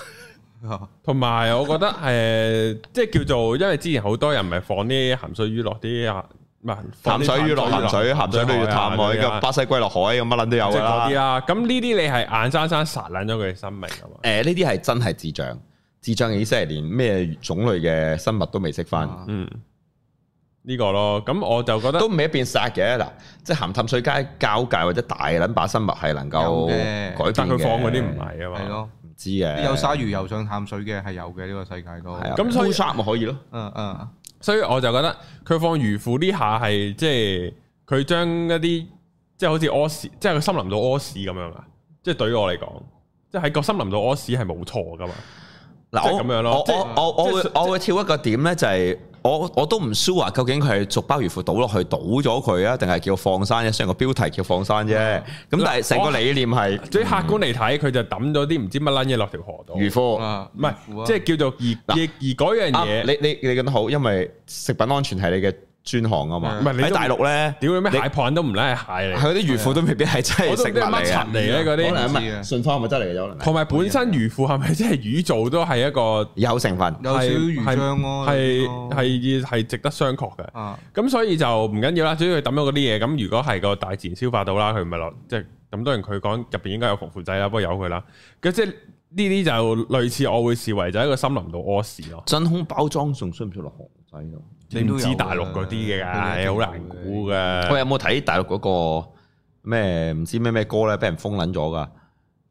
Speaker 1: 同埋我覺得 诶、誒即係叫做，因為之前好多人咪放啲鹹水魚落啲啊，唔係放
Speaker 3: 淡
Speaker 1: 啲
Speaker 3: 水魚落鹹水，
Speaker 1: 鹹
Speaker 3: 鹹水都要淡海，
Speaker 1: 海啊
Speaker 3: 咁巴西龜落海，咁乜撚都有
Speaker 1: 即
Speaker 3: 㗎
Speaker 1: 係嗰啲
Speaker 3: 啦。
Speaker 1: 啦。咁呢啲你係硬生生殺撚咗佢嘅生命啊嘛。
Speaker 3: 誒，呢啲係真係智障，智障嘅意思係連咩種類嘅生物都未識翻。
Speaker 1: 嗯，呢、個咯。咁我就覺得
Speaker 3: 都唔係一邊殺嘅嗱，即係鹹淡水街交界或者大撚把生物係能夠
Speaker 2: 有
Speaker 3: 改
Speaker 2: 嘅
Speaker 3: 變
Speaker 1: 但佢
Speaker 3: 嘅
Speaker 1: 放嗰啲唔係啊嘛。
Speaker 2: 係咯，
Speaker 3: 唔知嘅，
Speaker 2: 有鯊魚游上淡水嘅係有嘅呢個世界都，
Speaker 3: 係啊，
Speaker 1: 咁所
Speaker 3: 咁所
Speaker 1: 以
Speaker 3: 以咪可以咯，
Speaker 2: 嗯嗯，
Speaker 1: 所以我就覺得佢放魚庫呢下係即係佢將一啲即係好似屙屎，即係佢森林度屙屎咁樣啊！即係對於我嚟講，即係喺個森林度屙屎係冇錯噶嘛。即
Speaker 3: 嗱
Speaker 1: 係
Speaker 3: 我
Speaker 1: 咁樣咯即係
Speaker 3: 我我我我
Speaker 1: 即
Speaker 3: 會我會跳一個點咧，就係我我都唔 sure 究竟佢係逐包魚腐倒落去倒咗佢啊，定係叫放生啫？雖然個標題叫放生啫，
Speaker 1: 啊
Speaker 3: 咁但係成個理念係
Speaker 1: 最客觀嚟睇，佢就抌咗啲唔知乜撚嘢落條河度，
Speaker 3: 魚腐。
Speaker 2: 啊
Speaker 1: 唔係
Speaker 2: 苦啊
Speaker 1: 即係叫做而而而嗰樣
Speaker 3: 啊
Speaker 1: 嘢，
Speaker 3: 你你你講得好，因為食品安全係你嘅專項啊嘛。
Speaker 1: 唔係你都
Speaker 3: 喺大陸咧，
Speaker 1: 屌你咩蟹棒都唔撚係蟹
Speaker 3: 係
Speaker 1: 嚟，
Speaker 3: 嗰啲魚腐都未必係真
Speaker 1: 我
Speaker 3: 係
Speaker 1: 都
Speaker 3: 食
Speaker 1: 唔
Speaker 3: 物
Speaker 1: 知係乜
Speaker 3: 嚟
Speaker 1: 柒
Speaker 3: 啊嘅
Speaker 1: 嚟。咧嗰
Speaker 3: 可
Speaker 1: 啲。
Speaker 3: 能係
Speaker 2: 唔知
Speaker 3: 咪
Speaker 2: 啊
Speaker 3: 順豐係咪真係嚟嘅？有可能係
Speaker 1: 同埋本身魚庫係咪即係魚做都係一個
Speaker 3: 有成分。
Speaker 2: 有少少魚
Speaker 1: 係
Speaker 2: 漿咯，
Speaker 1: 係
Speaker 2: 呢啲咯
Speaker 1: 係係值得商榷嘅。
Speaker 2: 啊
Speaker 1: 咁所以就唔緊要啦，主要佢抌咗嗰啲嘢。咁如果係個大自然消化到啦，佢咪落即係咁。當然佢講入邊應該有防腐劑啦，不過由佢啦。咁即係呢啲就類似我會視為就係一個森林度屙屎咯。
Speaker 3: 真空包裝仲需唔需要落韓仔度？啊
Speaker 1: 你唔知大陸嗰啲嘅㗎，好難估
Speaker 3: 我
Speaker 1: 嘅。
Speaker 3: 有冇睇大陸嗰個咩唔知咩咩歌咧，俾人封撚咗噶？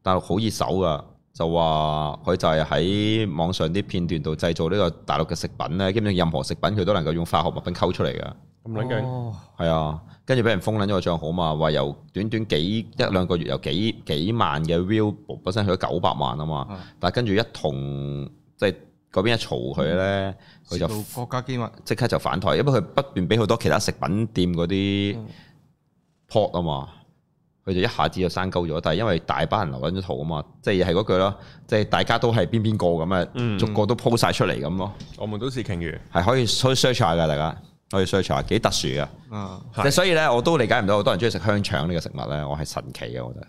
Speaker 3: 大陸好熱手噶，就話佢就係喺網上啲片段度製造呢個大陸嘅食品咧，基本上任何食品佢都能夠用化學物品溝出嚟噶。
Speaker 1: 咁撚勁，
Speaker 2: 哦
Speaker 3: 係啊，跟住俾人封撚咗個帳號嘛，話由短短幾一兩個月由幾幾萬嘅 view 本身去咗九百萬啊嘛，
Speaker 2: 啊
Speaker 3: 但係跟住一同即係嗰邊一嘈佢咧，佢就
Speaker 2: 泄露國家機密，啊
Speaker 3: 即刻就反台，因為佢不斷俾好多其他食品店
Speaker 1: 嗯
Speaker 3: 嗰啲 pot 啊嘛，佢就一下子就生鳩咗。但係因為大班人留緊咗圖啊嘛，即係係嗰句咯，即係大家都係邊邊個咁啊，
Speaker 1: 嗯
Speaker 3: 逐個都 po 晒出嚟咁咯，
Speaker 1: 我們都是鯨魚。
Speaker 3: 係可以可以 search 下㗎，大家可以 search 下，幾特殊㗎。
Speaker 2: 啊
Speaker 1: 係
Speaker 3: 即係所以咧，我都理解唔到好多人中意食香腸呢個食物咧，我係神奇嘅，我覺得。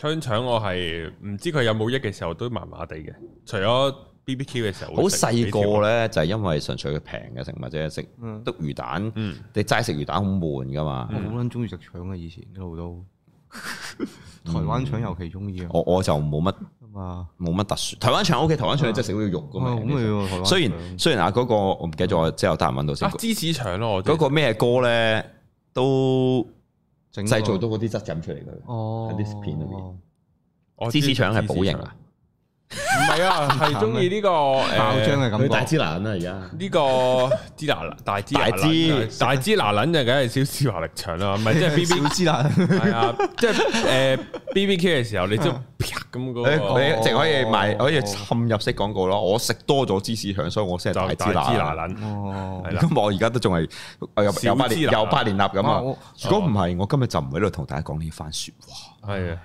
Speaker 1: 香腸我係唔知佢有冇益嘅時候都麻麻地嘅，除咗 BBQ 嘅時候
Speaker 3: 好
Speaker 1: 會食啊
Speaker 3: 細個
Speaker 1: 呢
Speaker 3: 咧，就係因為純粹佢平嘅食物啫，食
Speaker 2: 嗯
Speaker 3: 篤魚蛋，
Speaker 1: 嗯
Speaker 3: 你齋食魚蛋好悶㗎嘛。
Speaker 2: 我好撚中意食腸嘅，以前一路都 台灣腸尤其中意啊
Speaker 3: 我我就冇乜。
Speaker 1: 嗯
Speaker 2: 嘛，
Speaker 3: 冇乜特殊。台灣腸 O K，台灣腸你真係食到要肉噶
Speaker 2: 啊
Speaker 3: 嘛
Speaker 2: 好。味喎台灣腸
Speaker 3: 雖然雖然啊嗰個我唔記得咗，我之後得閒揾到
Speaker 1: 條
Speaker 3: 先
Speaker 1: 啊。芝士腸咯，我
Speaker 3: 嗰個咩歌咧都
Speaker 2: 整個
Speaker 3: 製造到嗰啲質感出嚟㗎。
Speaker 2: 哦
Speaker 3: 喺啲片裏面
Speaker 1: 個
Speaker 3: 芝士腸係保型啊，
Speaker 1: 唔係 啊，係中意呢個
Speaker 2: 爆
Speaker 1: 誒
Speaker 2: 漿嘅感
Speaker 3: 佢大
Speaker 2: 覺，
Speaker 3: 支難啦而家。
Speaker 1: 呢個支拿大支
Speaker 3: 大支
Speaker 1: 大支拿撚就梗係小絲華力腸啦，唔係 即係 B
Speaker 2: 小
Speaker 1: B
Speaker 2: 知 啦，
Speaker 1: 係啊，即係誒 B B Q 嘅時候，你
Speaker 3: 啊
Speaker 1: 即係啪咁嗰
Speaker 3: 你
Speaker 1: 個
Speaker 3: 你淨可以賣，可以侵入式廣告咯。我食多咗芝士腸，所以我先
Speaker 1: 就
Speaker 3: 係
Speaker 1: 大支
Speaker 3: 大支
Speaker 1: 拿
Speaker 3: 難。
Speaker 1: 撚
Speaker 2: 哦
Speaker 1: 係啦，
Speaker 3: 咁我而家都仲係有
Speaker 1: 小
Speaker 3: 有八
Speaker 1: 支
Speaker 3: 年
Speaker 1: 拿
Speaker 3: 有八年立咁
Speaker 2: 啊
Speaker 3: 啊
Speaker 2: 我！
Speaker 3: 如果唔係，我今日就唔喺度同大家講呢番説話。
Speaker 1: 係啊，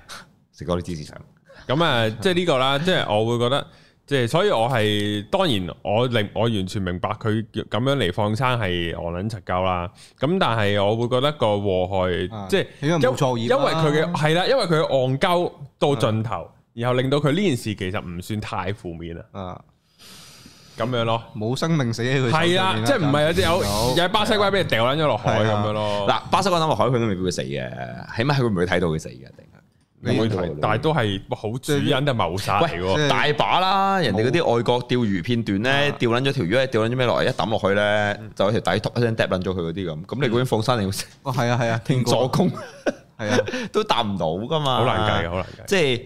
Speaker 3: 食多啲芝士腸，
Speaker 1: 咁啊，即係呢個啦，即係我會覺得。即係，所以我係當然我明我完全明白佢咁樣嚟放生係我撚柒鳩啦。咁但係我會覺得個禍害
Speaker 2: 啊
Speaker 1: 即係
Speaker 2: 因為冇作業
Speaker 1: 因
Speaker 2: 啦
Speaker 1: 為佢嘅係啦，因為佢嘅戇鳩到盡頭，然後令到佢呢件事其實唔算太負面啊，
Speaker 2: 啊
Speaker 1: 咁樣咯。
Speaker 2: 冇生命死喺佢手上
Speaker 1: 係
Speaker 2: 面
Speaker 1: 啦，即係唔係有隻有有隻巴西龜俾人掉撚咗落海咁
Speaker 2: 係啊
Speaker 1: 樣咯。
Speaker 3: 嗱巴西嗰單落海佢都未必會死嘅，起碼佢唔會睇到佢死嘅，一定係。
Speaker 1: 唔會睇，但係都係好主因都係謀殺嚟
Speaker 2: 即
Speaker 1: 喎。
Speaker 2: 係啊
Speaker 3: 大把啦，人哋嗰啲外國釣魚片段咧，釣撚咗條魚，釣撚咗咩落嚟，一抌落去
Speaker 2: 嗯
Speaker 3: 咧，就有條底揼一聲揼撚咗佢嗰啲咁。咁你嗰邊放生，你要
Speaker 2: 哦係啊 係啊，聽
Speaker 3: 助
Speaker 2: 過
Speaker 3: 攻
Speaker 2: 係啊，
Speaker 3: 都答唔到噶嘛，
Speaker 1: 好難計嘅，好難計。
Speaker 3: 即係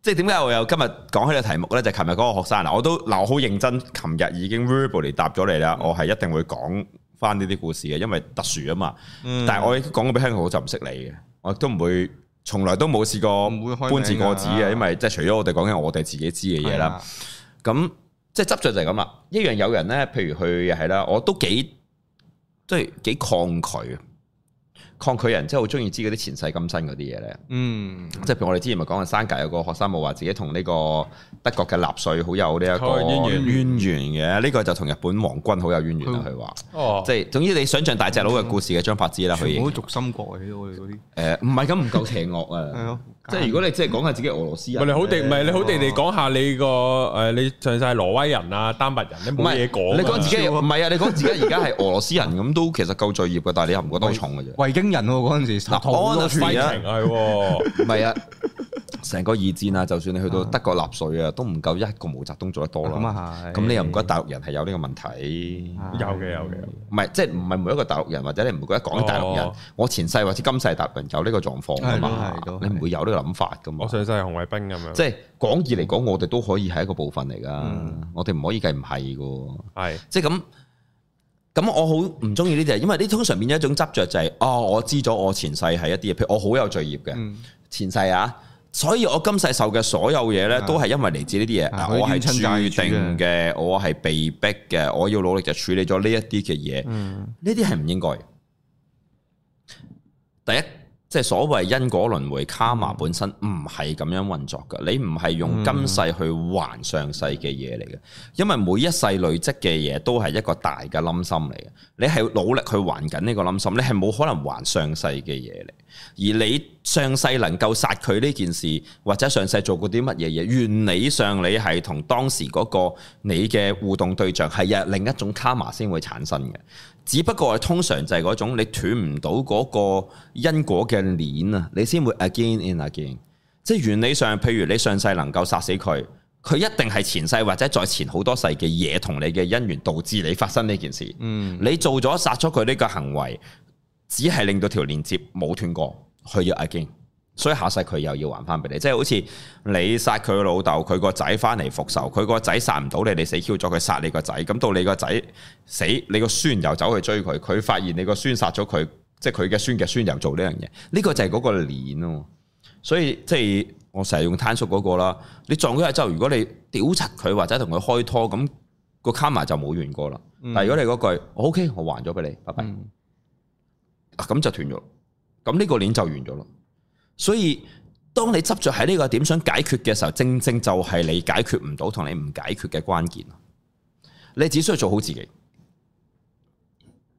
Speaker 3: 即係點解我有今日講起個題目咧？就琴日嗰個學生嗱，啊我都嗱我好認真，琴日已經 verbally 答咗你
Speaker 2: 嗯
Speaker 3: 啦，我係一定會講翻呢啲故事嘅，因為特殊啊嘛。
Speaker 2: Ừ. 嗯
Speaker 3: 但係我亦都講過俾香港，我就唔識你嘅，我亦都唔會。從來都冇試過
Speaker 2: 唔會開名㗎
Speaker 3: 搬字過紙嘅，因為即係除咗我哋講緊我哋自己知嘅嘢啦。咁即係執着就係咁啦。一樣有人咧，譬如佢係啦，我都幾即係幾抗拒，啊抗拒人即係好中意知嗰啲前世今生嗰啲嘢咧。
Speaker 2: 嗯，
Speaker 3: 即係譬如我哋之前咪講緊山格有個學生冇話自己同呢個德國嘅納粹好有呢一個
Speaker 1: 好有淵源
Speaker 3: 淵源嘅，呢個就同日本皇軍好有淵源啦。啊佢話
Speaker 1: 哦，
Speaker 3: 即係總之你想象大隻佬嘅故事嘅張柏芝啦，佢已
Speaker 2: 全部
Speaker 3: 經
Speaker 2: 都逐心國嚟嘅我哋嗰啲，
Speaker 3: 誒唔係咁唔夠邪惡
Speaker 2: 係
Speaker 3: 啊！
Speaker 2: 咯，
Speaker 3: 即係如果你即係講下自己俄羅斯
Speaker 1: 咪
Speaker 3: 人哦
Speaker 1: 你，好地咪你好地地講下你個誒，你上晒挪威人啊、丹麥人，你
Speaker 3: 唔
Speaker 1: 冇
Speaker 3: 係
Speaker 1: 嘢講啊。
Speaker 3: 你講自己唔係啊！你講自己而家係俄羅斯人咁都其實夠罪孽嘅，但係你又唔覺得好重嘅啫。
Speaker 2: 維京人喎嗰陣時，
Speaker 3: 嗱
Speaker 2: 頭好多
Speaker 3: honestly
Speaker 2: 血
Speaker 3: 啊
Speaker 1: 係喎，
Speaker 3: 唔係啊，成個二戰啊，就算你去到德國納粹啊，都唔夠一個毛澤東做得多
Speaker 2: 咁
Speaker 3: 啦。
Speaker 2: 啊係，
Speaker 3: 咁你又唔覺得大陸人係有呢個問題？
Speaker 2: À.
Speaker 1: 有嘅有嘅。
Speaker 3: 唔係，即係唔係每一個大陸人，或者你唔會覺得講大陸人
Speaker 1: 哦，
Speaker 3: 我前世或者今世大陸人有呢個狀況啊嘛
Speaker 2: 係都係都，係
Speaker 3: 你唔會有呢個諗法噶嘛
Speaker 1: 我。上晒紅衛兵咁樣，
Speaker 3: 即係廣義嚟講，我哋都可以係一個部分嚟噶
Speaker 2: 嗯，
Speaker 3: 我哋唔可以計唔係噶。
Speaker 1: 係
Speaker 3: 即係咁，咁我好唔中意呢啲嘢，因為呢通常變咗一種執着，就係哦，我知咗我前世係一啲嘢，譬如我好有罪孽嘅。
Speaker 2: 嗯
Speaker 3: 前世啊，所以我今世受嘅所有嘢咧，
Speaker 2: 啊
Speaker 3: 都係因為嚟自呢啲嘢。
Speaker 2: 啊
Speaker 3: 嗱我係
Speaker 2: 佢冤親債
Speaker 3: 注
Speaker 2: 主嘅
Speaker 3: 定嘅，我係被逼嘅，我要努力就處理咗呢一啲嘅嘢。
Speaker 2: 嗯
Speaker 3: 呢啲係唔應該嘅。第一，即係所謂因果輪迴卡瑪本身唔係咁樣運作嘅，你唔係用今世去還上世嘅嘢嚟嘅，因為每一世累積嘅嘢都係一個大嘅冧心嚟嘅，你係努力去還緊呢個冧心，你係冇可能還上世嘅嘢嚟，而你上世能夠殺佢呢件事，或者上世做過啲乜嘢嘢，原理上你係同當時嗰個你嘅互動對象係有另一種卡瑪先會產生嘅。只不過係通常就係嗰種你斷唔到嗰個因果嘅鏈啊，你先會 again and again。即係原理上，譬如你上世能夠殺死佢，佢一定係前世或者再前好多世嘅嘢同你嘅因緣導致你發生呢件事。
Speaker 2: 嗯，
Speaker 3: 你做咗殺咗佢呢個行為，只係令到條連接冇斷過，佢要 again。所以下世佢又要還翻俾你，即係好似你殺佢老豆，佢個仔翻嚟復仇，佢個仔殺唔到你，你死 Q 咗佢殺你個仔，咁到你個仔死，你個孫又走去追佢，佢發現你個孫殺咗佢，即係佢嘅孫嘅孫又做呢樣嘢，呢、個就係嗰個鏈咯。所以即係我成日用攤叔嗰、個啦，你撞咗佢之後，如果你屌柒佢或者同佢開拖，咁、個卡埋就冇完過啦。但係如果你嗰句我 OK，我還咗俾你，拜拜，
Speaker 2: 嗯
Speaker 3: 啊咁、就斷咗，咁呢個鏈就完咗啦。所以當你執着喺呢個點想解決嘅時候，正正就係你解決唔到同你唔解決嘅關鍵。你只需要做好自己。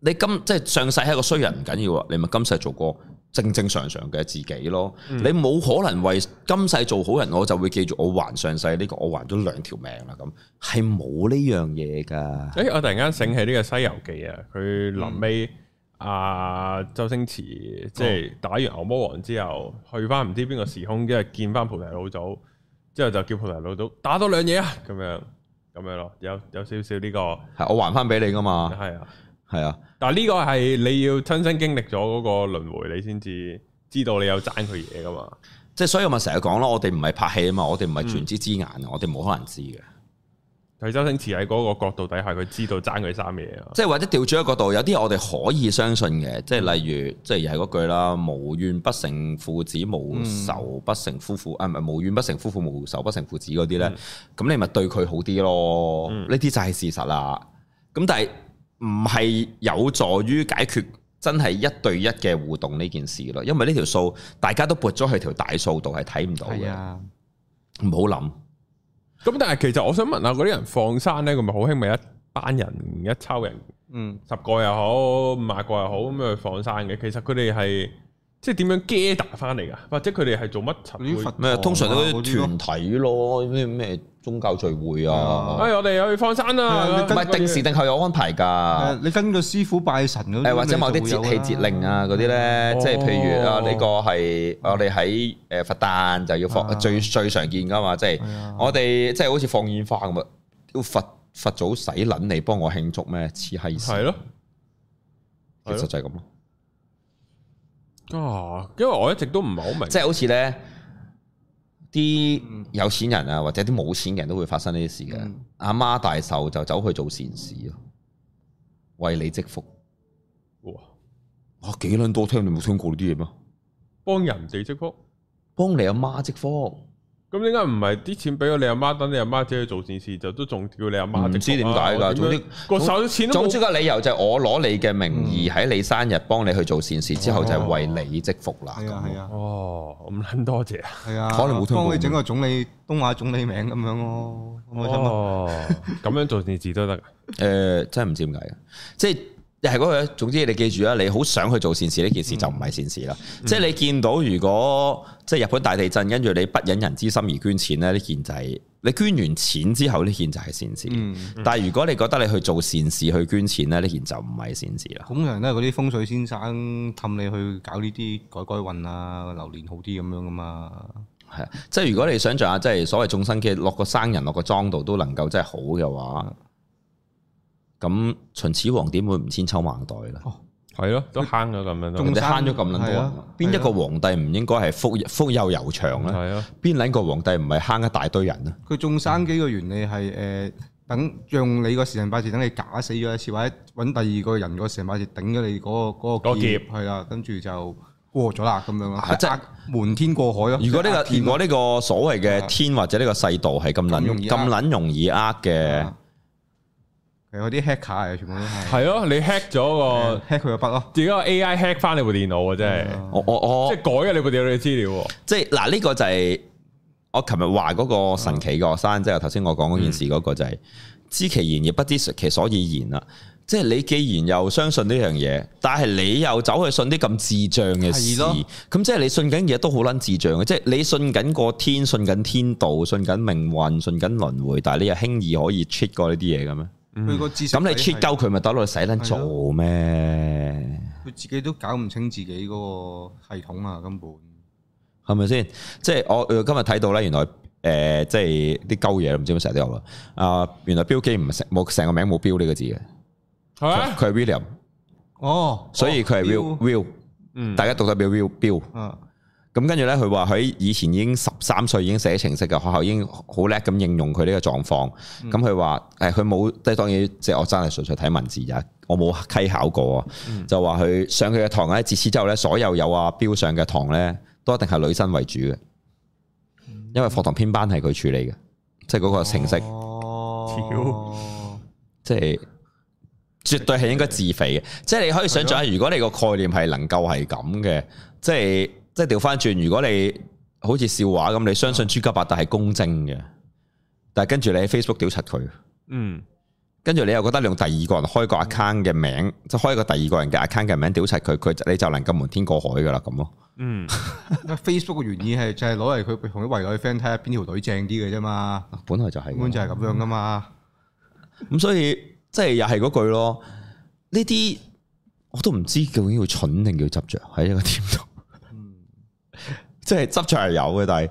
Speaker 3: 你今即係上世係一個衰人唔緊要啊，你咪今世做個正正常常嘅自己咯。你冇可能為今世做好人，我就會記住我還上世呢、個，我還咗兩條命啦咁，係冇呢樣嘢㗎。
Speaker 1: 誒，我突然間醒起呢個《西遊記》啊，佢臨
Speaker 3: 嗯
Speaker 1: 尾阿周星馳即
Speaker 3: 哦
Speaker 1: 係打完牛魔王之後，去翻唔知邊個時空，跟住見翻菩提老祖，之後就叫菩提老祖打多兩嘢啊，咁樣咁樣咯，有有少少呢個
Speaker 3: 係我還翻俾你㗎嘛，
Speaker 1: 係啊，
Speaker 3: 係啊，
Speaker 1: 但係呢個係你要親身經歷咗嗰個輪迴，你先至知道你有爭佢嘢噶嘛。
Speaker 3: 即係所以我咪成日講咯，我哋唔係拍戲啊嘛，我哋
Speaker 2: 嗯
Speaker 3: 唔係全知之眼啊，我哋冇可能知嘅。
Speaker 1: 佢周星馳喺嗰個角度底下，佢知道爭佢三嘢啊。
Speaker 3: 即係或者調轉一個角度，有啲我哋可以相信
Speaker 2: 嗯
Speaker 3: 嘅，即係例如，即係又係嗰句啦，無怨不成父子，無
Speaker 2: 嗯
Speaker 3: 仇不成夫婦，啊唔係無怨不成夫婦，無仇不成父子嗰啲
Speaker 2: 嗯
Speaker 3: 呢。咁、你咪對佢好啲咯，呢啲、就係事實啦。咁但係唔係有助於解決真係一對一嘅互動呢件事咯，因為呢條數大家都撥咗去條大數度係睇唔到
Speaker 2: 係
Speaker 3: 嘅，
Speaker 2: 啊，
Speaker 3: 唔好諗。
Speaker 1: 咁但係其實我想問下，嗰啲人放生咧，佢咪好興咪一班人一抽人
Speaker 2: 嗯，
Speaker 1: 十個又好，五十個又好咁去放生嘅。其實佢哋係即係點樣 gather 翻嚟噶？或者佢哋係做乜柒
Speaker 2: 嗰啲
Speaker 1: 會
Speaker 2: 佛？
Speaker 3: 咩？通常都
Speaker 2: 哦啊嗰
Speaker 3: 啲團體咯，咩咩宗教聚會啊。
Speaker 2: 啊
Speaker 1: 哎，我哋又去放生
Speaker 2: 係啊
Speaker 1: 啦！
Speaker 2: 你
Speaker 3: 唔
Speaker 2: 跟
Speaker 1: 咁
Speaker 3: 係
Speaker 1: 樣
Speaker 3: 定時定候有安排㗎，
Speaker 2: 誒你跟個師傅拜神嗰啲，
Speaker 3: 誒或者某啲節氣節令啊嗰啲咧，即係譬如啊
Speaker 1: 哦
Speaker 3: 呢個係啊我哋喺誒佛誕就要
Speaker 2: 啊
Speaker 3: 放最最常見㗎嘛，即係
Speaker 2: 係啊
Speaker 3: 我哋即係好似放煙花咁啊，要佛佛祖洗撚你幫我慶祝咩？黐閪
Speaker 1: 係
Speaker 3: 線，
Speaker 1: 咯，
Speaker 3: 其實就係咁咯，
Speaker 1: 啊！因為我一直都唔係好明，
Speaker 3: 即係好似咧啲有錢人啊或者啲冇錢嘅人都會發生呢啲事嘅
Speaker 2: 嗯，
Speaker 3: 阿媽大壽就走去做善事咯，為你積福，
Speaker 1: 哇
Speaker 3: 哇啊幾撚多聽，你冇聽過呢啲嘢咩？
Speaker 1: 幫人哋積福
Speaker 3: 幫你阿媽積福，
Speaker 1: 咁點解唔係啲錢俾咗你阿媽，等你阿媽自己去做善事，就都仲叫你阿媽
Speaker 3: 唔
Speaker 1: 直
Speaker 3: 知
Speaker 1: 覺啊？
Speaker 3: 點解㗎
Speaker 1: 我點樣
Speaker 3: 總之
Speaker 1: 個手錢都
Speaker 3: 總
Speaker 1: 冇
Speaker 3: 之個理由就係我攞你嘅名
Speaker 2: 嗯
Speaker 3: 義喺你生日幫你去做善事之後，就係為你積福啦。
Speaker 2: 哦係啊
Speaker 3: 咁
Speaker 2: 係啊
Speaker 1: 哦，咁撚多謝啊！
Speaker 2: 係啊，
Speaker 3: 可能冇聽過
Speaker 2: 幫佢整個總理東亞總理名咁樣咯，好開心啊！
Speaker 1: 哦，咁樣做善事都得㗎，
Speaker 3: 誒、呃真係唔知點解嘅，即係又係嗰句，總之你記住啦，你好想去做善事呢件事就唔係善事啦。
Speaker 2: 嗯
Speaker 3: 即係你見到如果即係日本大地震，跟住你不忍人之心而捐錢咧，呢件就係、你捐完錢之後呢件就係善事。
Speaker 2: 嗯，
Speaker 3: 但係如果你覺得你去做善事去捐錢咧，呢件就唔係善事啦。
Speaker 2: 通常都係嗰啲風水先生氹你去搞呢啲改改運啊，流年好啲咁樣噶嘛。
Speaker 3: 係
Speaker 2: 嗯
Speaker 3: 啊，即係如果你想象下，即係所謂眾生嘅落個生人落個莊度都能夠真係好嘅話，咁秦始皇點會唔千秋萬代啦？
Speaker 1: 係咯，都慳咗咁樣都
Speaker 2: 仲
Speaker 3: 人哋慳咗咁撚多
Speaker 2: 係
Speaker 3: 人
Speaker 2: 啊，
Speaker 3: 邊一個皇帝唔應該係福福幼悠長咧？
Speaker 1: 係啊，
Speaker 3: 邊撚個皇帝唔係慳一大堆人啊？
Speaker 2: 佢種生機嘅原理係誒、呃等用你個時辰八字等你假死咗一次，或者揾第二個人個時辰八字頂咗你嗰、個嗰、
Speaker 1: 嗰
Speaker 2: 個
Speaker 1: 個
Speaker 2: 劫
Speaker 1: 劫，
Speaker 2: 係啦，跟住就過咗啦咁樣
Speaker 3: 啊
Speaker 2: 咯，
Speaker 3: 即
Speaker 2: 即
Speaker 3: 係
Speaker 2: 係瞞天過海咯。
Speaker 3: 如果呢、個
Speaker 2: 即係
Speaker 3: 如果呢個所謂嘅天或者呢個世道係咁
Speaker 2: 咁
Speaker 3: 撚
Speaker 2: 容易呃
Speaker 3: 咁撚容易呃嘅
Speaker 2: 啊，係嗰啲 hack 卡嚟，全部都係呃
Speaker 1: 係咯，你 hack 咗個
Speaker 2: hack 佢個筆咯。
Speaker 1: 自己個 AI hack 翻你部電腦啊，真係，
Speaker 3: 我我我
Speaker 1: 即係改咗你部電腦嘅資料喎。
Speaker 3: 即係嗱呢個就係、我琴日話嗰個神奇嘅學生，即係頭先我講嗰件事嗰個就係、知其然而不知其所以然啦。即係你既然又相信呢樣嘢，但係你又走去信啲咁智障嘅
Speaker 2: 係
Speaker 3: 事，
Speaker 2: 咯
Speaker 3: 咁即係你信緊嘢都好撚智障嘅。即係你信緊個天，信緊天道，信緊命運，信緊輪迴，但係你又輕易可以 cheat 過呢啲嘢嘅咩？
Speaker 2: 佢個知識
Speaker 3: 嗯咁你
Speaker 2: 底係
Speaker 3: cheat 鳩佢咪得咯？你使撚做咩？
Speaker 2: 佢自己都搞唔清自己嗰個系統啊，根本
Speaker 3: 係咪先？即係我呃今日睇到咧，原來誒、呃即係啲鳩嘢，唔知點解成日都有啦。啊、原來標記唔成冇成個名冇標呢個字嘅，
Speaker 1: 係
Speaker 3: 佢
Speaker 1: 啊，
Speaker 3: 佢係 William，
Speaker 2: 哦，
Speaker 3: 所以佢係 Will Will，
Speaker 1: 嗯
Speaker 3: 大家讀得叫 Will Bill。
Speaker 2: 啊，
Speaker 3: 咁跟住咧，佢話佢以前已經十三歲已經寫程式嘅，學校已經好叻咁應用佢呢個狀況。咁佢話誒，佢冇即係當然，即係我真係純粹睇文字咋，我冇稽考過啊。就話佢上佢嘅堂咧，自此之後咧，所有有啊標上嘅堂咧，都一定係女生為主嘅，因為課堂編班係佢處理嘅，即係嗰個程式，
Speaker 2: 哦，
Speaker 3: 即係絕對係應該自肥嘅。即係你可以想象下，如果你個概念係能夠係咁嘅，即係即係調翻轉，如果你好似笑話咁，你相信朱家伯特係公正嘅，但係跟住你喺 Facebook 屌柒佢。
Speaker 1: 嗯，
Speaker 3: 跟住你又覺得你用第二個人開個 account 嘅名，即係開個第二個人嘅 account 嘅名屌柒佢，佢就你就能夠瞞天過海噶啦咁咯。
Speaker 1: 嗯，
Speaker 2: 因為 Facebook 嘅原意係就係攞嚟佢同啲圍內 friend 睇下邊條女正啲嘅啫嘛，
Speaker 3: 啊本來就係㗎，
Speaker 2: 根本就係咁樣噶嘛。
Speaker 3: 咁，所以即係又係嗰句咯。呢啲我都唔知究竟要蠢定叫執着喺一個點度。嗯即係執着係有嘅，但係